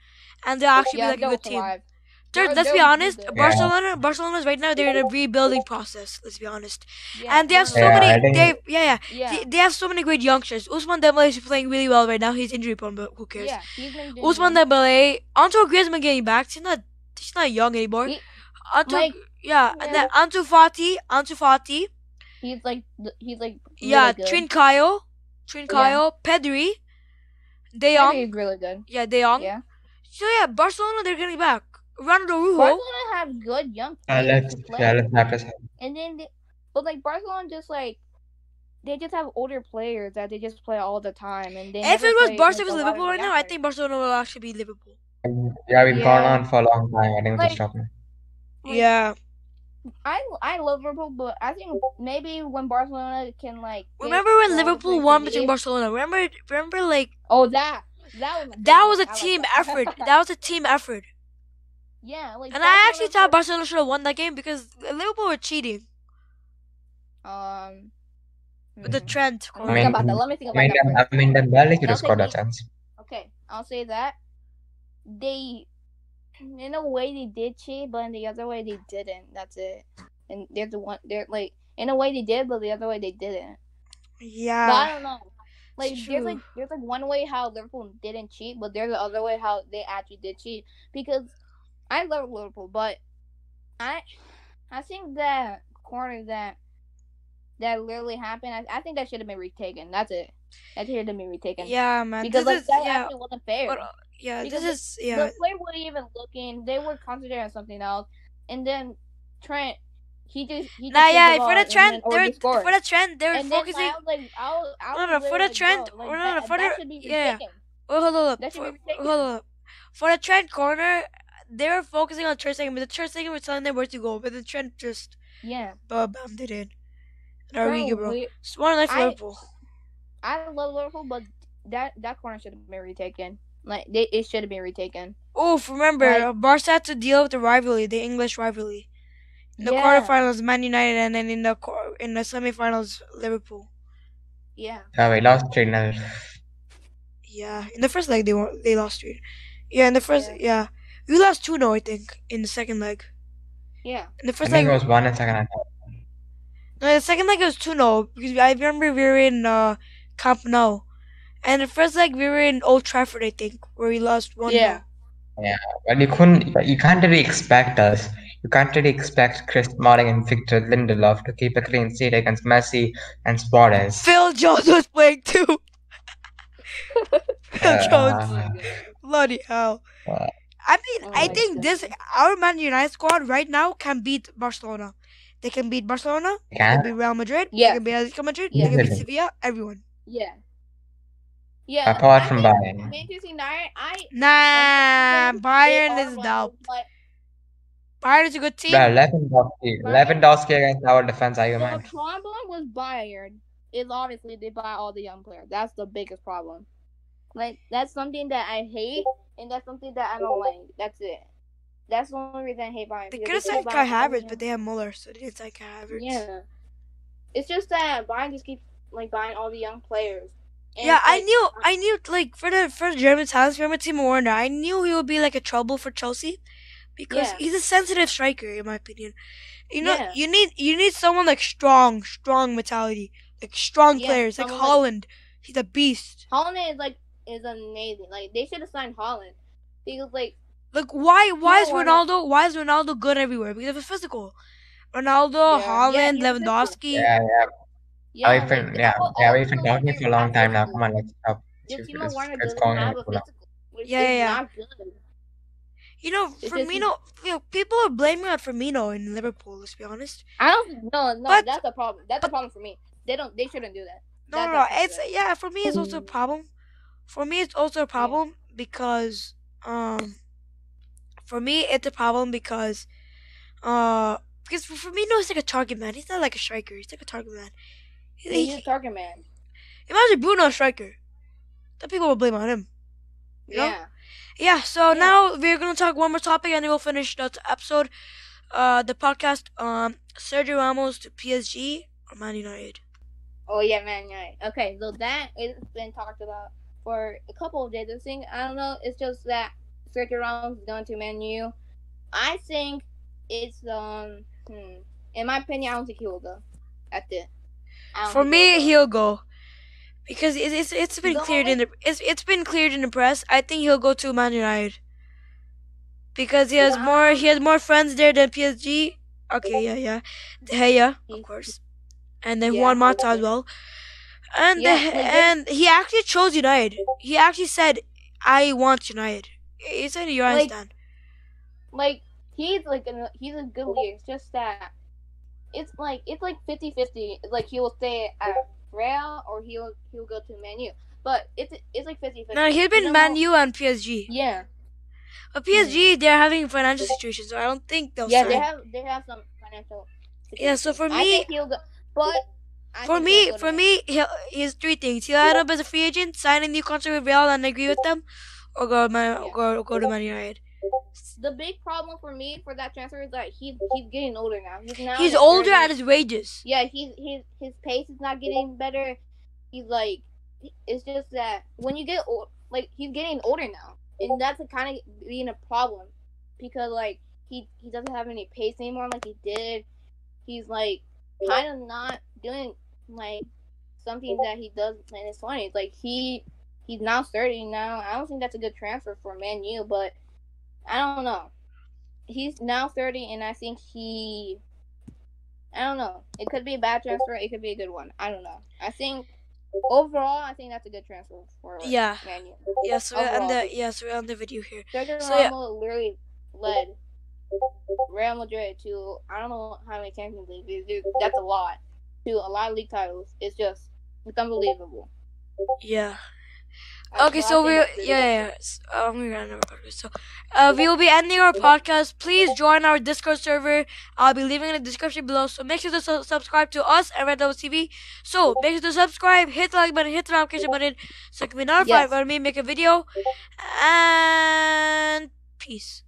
and they'll actually
yeah,
be like a
they'll
good team.
survive.
They're,
They're-
let's be
they'll do
honest,
good.
Barcelona Barcelona's right now they're in a rebuilding process. Let's be honest,
Yeah,
and they have so
they'll-
Yeah, I
many.
think-
They yeah yeah.
yeah,
They, they have so many great youngsters. Usman Dembele is playing really well right now. He's injury prone, but who cares?
yeah, he's been doing
Usman
good.
Dembele, Antoine Griezmann getting back. He's not he's not young anymore.
He-
Anto,
like
yeah, and then Ansu Fati, Ansu Fati,
he's like th- he's like really
yeah,
good.
Trincao, Trincao, Pedri, De
Maybe
Jong,
he's really good.
yeah, De Jong.
Yeah.
So yeah, Barcelona they're getting back. Ronaldo Rujo.
Barcelona have good young
Uh,
players
let's,
to play.
yeah, let's wrap this up.
and then, they, but like Barcelona, just like they just have older players that they just play all the time. And they
If
never
it was
play
Barca
against
versus
a lot of
Liverpool right
young
now, I
players.
think Barcelona will actually be Liverpool.
Yeah, we've gone
Yeah.
on for a long time. I think we
Like-
can stop now.
Like,
yeah.
I I love Liverpool, but I think maybe when Barcelona can like get
Remember when
all the
Liverpool
players
won
they
between
need-
Barcelona? Remember remember like
Oh, that that was
that was
I
a *laughs*
like
team
that. *laughs*
effort. That was a team effort.
yeah, like
And I actually
Barcelona
thought Barcelona should have won that game because Liverpool were cheating
put- um.
with the
mhm.
trend.
Let me
mean-
think about that. Let me think
I
about
mean,
that. first.
I mean, Dembele should
Don't
have scored a
think he-
chance.
Okay, I'll say that. They, in a way, they did cheat, but in the other way, they didn't. That's it. And they're the one. They're like, in a way, they did, but the other way, they didn't. But I
Yeah.
don't know. Like
Ah, It's
there's like
true.
there's like one way how Liverpool didn't cheat, but there's the other way how they actually did cheat. Because I love Liverpool, but I I think that corner that that literally happened, I, I think that should have been retaken. That's it. That should have been retaken.
Yeah, man.
Because
this
like
is,
that
yeah,
actually wasn't fair.
but, uh, yeah,
because
this is
The
yeah.
player wasn't even looking. They were concentrating on something else. And then Trent, he just he just
Nah,
hit
yeah,
the ball
for the
and
trend,
then Origi
they're
scored.
for the trend, they're
and then I
focusing.
was like, I was, I
No,
was
no, for the
literally like,
trend-
bro, like,
no, no,
that,
no, for
that
the-
should be
yeah.
retaken.
Oh, hold up.
That should
For,
be ridiculous.
hold up. For the trend corner, they were focusing on Ter Stegen, but the Ter Stegen was telling them where to go, but the trend just
Yeah,
bam, bam, did it. And
Bro,
Origi, bro.
we-
It's one life for
I-
Liverpool.
I love Liverpool, but that that corner should have been retaken. Like they, it should have been retaken.
Oof, remember,
I-
uh, Barca had to deal with the rivalry, the English rivalry. In the
Yeah.
quarterfinals, Man United, and then in the quar- in the semifinals, Liverpool.
Yeah,
Yeah, we lost 3 0.
Yeah, in the first leg they won, they lost three. Yeah, in the first, yeah, we lost two 0 I think in the second leg.
yeah.
In the
I
first
think
leg,
it was 1 and second. half.
No, the second leg was 2 0 because I remember we were in uh, Camp Nou. And the first leg we were in Old Trafford, I think, where we lost 1
Yeah.
But you couldn't, you can't really expect us. You can't really expect Chris Smalling and Victor Lindelof to keep a clean sheet against Messi and Suarez.
Phil Jones was playing
*laughs*
too. Phil
Uh,
Jones.
Uh,
Bloody hell.
uh,
I mean,
Oh
I
my
think this,
goodness.
our Man United squad right now can beat Barcelona. They can beat Barcelona. They
Can
can beat Real Madrid.
Yeah.
They can beat Atletico Madrid.
Yeah.
They can beat
Really?
Sevilla. Everyone.
Yeah. Yeah.
Apart
I
from
think
Bayern.
Manchester United, I.
Nah,
they
Bayern
are
is
one of
dope.
my-
Bayern is a good team.
Bro, Lewandowski. Lewandowski against our defense, are you
The
mad?
problem with Bayern is obviously they buy all the young players. That's the biggest problem. Like that's something that I hate, and that's something that I don't like. That's it. That's the only reason I hate Bayern.
They
because
could have
buy
signed Kai
all the
Havertz,
young-
but they have Muller, so they didn't sign Kai Havertz.
yeah, it's just that Bayern just keeps like buying all the young players. And
Yeah,
it's
I
like- uh,
knew, I knew, like for the for the German talents, German Timo Werner, I knew he would be like a trouble for Chelsea, because
Yeah.
he's a sensitive striker, in my opinion. You know,
Yeah.
you need you need someone like strong, strong mentality, like strong
Yeah,
players, like
someone like-
Holland. he's a beast.
Holland is like is amazing. Like they should have signed Holland because like
Like why why is
why not?
Ronaldo why is Ronaldo good everywhere? Because of his physical. Ronaldo,
Yeah.
Holland,
Yeah, he's physical.
Lewandowski.
Yeah, yeah.
yeah,
we've been,
like, oh,
yeah,
all-
yeah,
all the
we've been
people
talking
here
for a long
have
time now.
physical.
Come on, let's stop.
Yeah,
It's,
Timo
it's,
Werner
it's
doesn't
going
have a
on.
physical. Which
Yeah,
is
yeah, yeah.
not good.
You know,
It's just-
Firmino. You know, people are blaming on Firmino in Liverpool. Let's be honest.
I don't no no
But-
that's a problem. That's a problem for me. They don't they shouldn't do that.
No,
That
no, no.
doesn't
It's yeah. For me, it's also a problem. For me, it's also a problem because um, for me, it's a problem because uh, because for Firmino is like a target man. He's not like a striker. He's like a target man. He-
He's
he-
a target man.
imagine Bruno a striker. The people will blame on him. You know?
Yeah.
Yeah, so
Yeah.
now we're gonna talk one more topic, and then we'll finish the episode, uh, the podcast. Um, Sergio Ramos to PSG or Man United.
Oh yeah, man. Yeah. Okay, so that it's been talked about for a couple of days. I think I don't know. It's just that Sergio Ramos is going to Man U. I think it's um. Hmm, in my opinion, I don't think he will go. That's it. I don't
For
think
me,
will
he'll go because it, it's it's been
He's
cleared in the it's it's been cleared in the press. I think he'll go to Man United because he has
Yeah.
more he has more friends there than PSG. Okay, yeah, yeah, De Gea, of
He-
course, and then
Yeah.
Juan Mata as well. And
Yeah,
the,
he did.
and he actually chose United. He actually said, "I want United." He said, "You
Like,
understand."
go. Like he's like an, he's a good leader. It's just that it's like it's like 50-50. It's like he will stay at Real or he'll he'll go to Man U. But it's it's like 50-50.
No, he's
You
been
don't
Man
know-
U and PSG.
Yeah.
But PSG, they're having financial situations, so I don't think they'll
yeah,
sign.
they have they have some financial.
Oh, Yeah, so for
I think he'll go, but I
for
think
me,
he'll go to
for
Man-
me, he'll, he's three things. He'll end up as a free agent, sign a new contract with Real, and agree with them, or go to Man, or go, or go to Man United.
the big problem for me for that transfer is that he's he's getting older now. He's now
He's
in
older at
30s.
his wages.
Yeah, he's his his pace is not getting better. He's like, it's just that when you get old, like he's getting older now, and that's kind of being a problem because like he he doesn't have any pace anymore like he did. He's like kind of not doing like something that he does in his twenties. Like he he's now thirty now. I don't think that's a good transfer for Man U, but I don't know. He's now thirty, and I think he I don't know. It could be a bad transfer. It could be a good one. I don't know. I think overall, I think that's a good transfer for
Yeah.
Man U.
Yeah, so we'll end
Overall.
the yeah, so we'll end the video here.
Sergio
So, yeah.
Ramos literally led Real Madrid to I don't know how many Champions League. is, dude, That's a lot. To a lot of league titles. It's just it's unbelievable.
Yeah.
I-
okay,
I
so
think
we yeah
that's
yeah. yeah.
really
So, um, we're gonna end our podcast. So, uh, we will be ending our podcast. Please join our Discord server. I'll be leaving in the description below. So make sure to su- subscribe to us at Red Level TV. So make sure to subscribe, hit the like button, hit the notification button, so you can be notified
Yes.
when we make a video. And peace.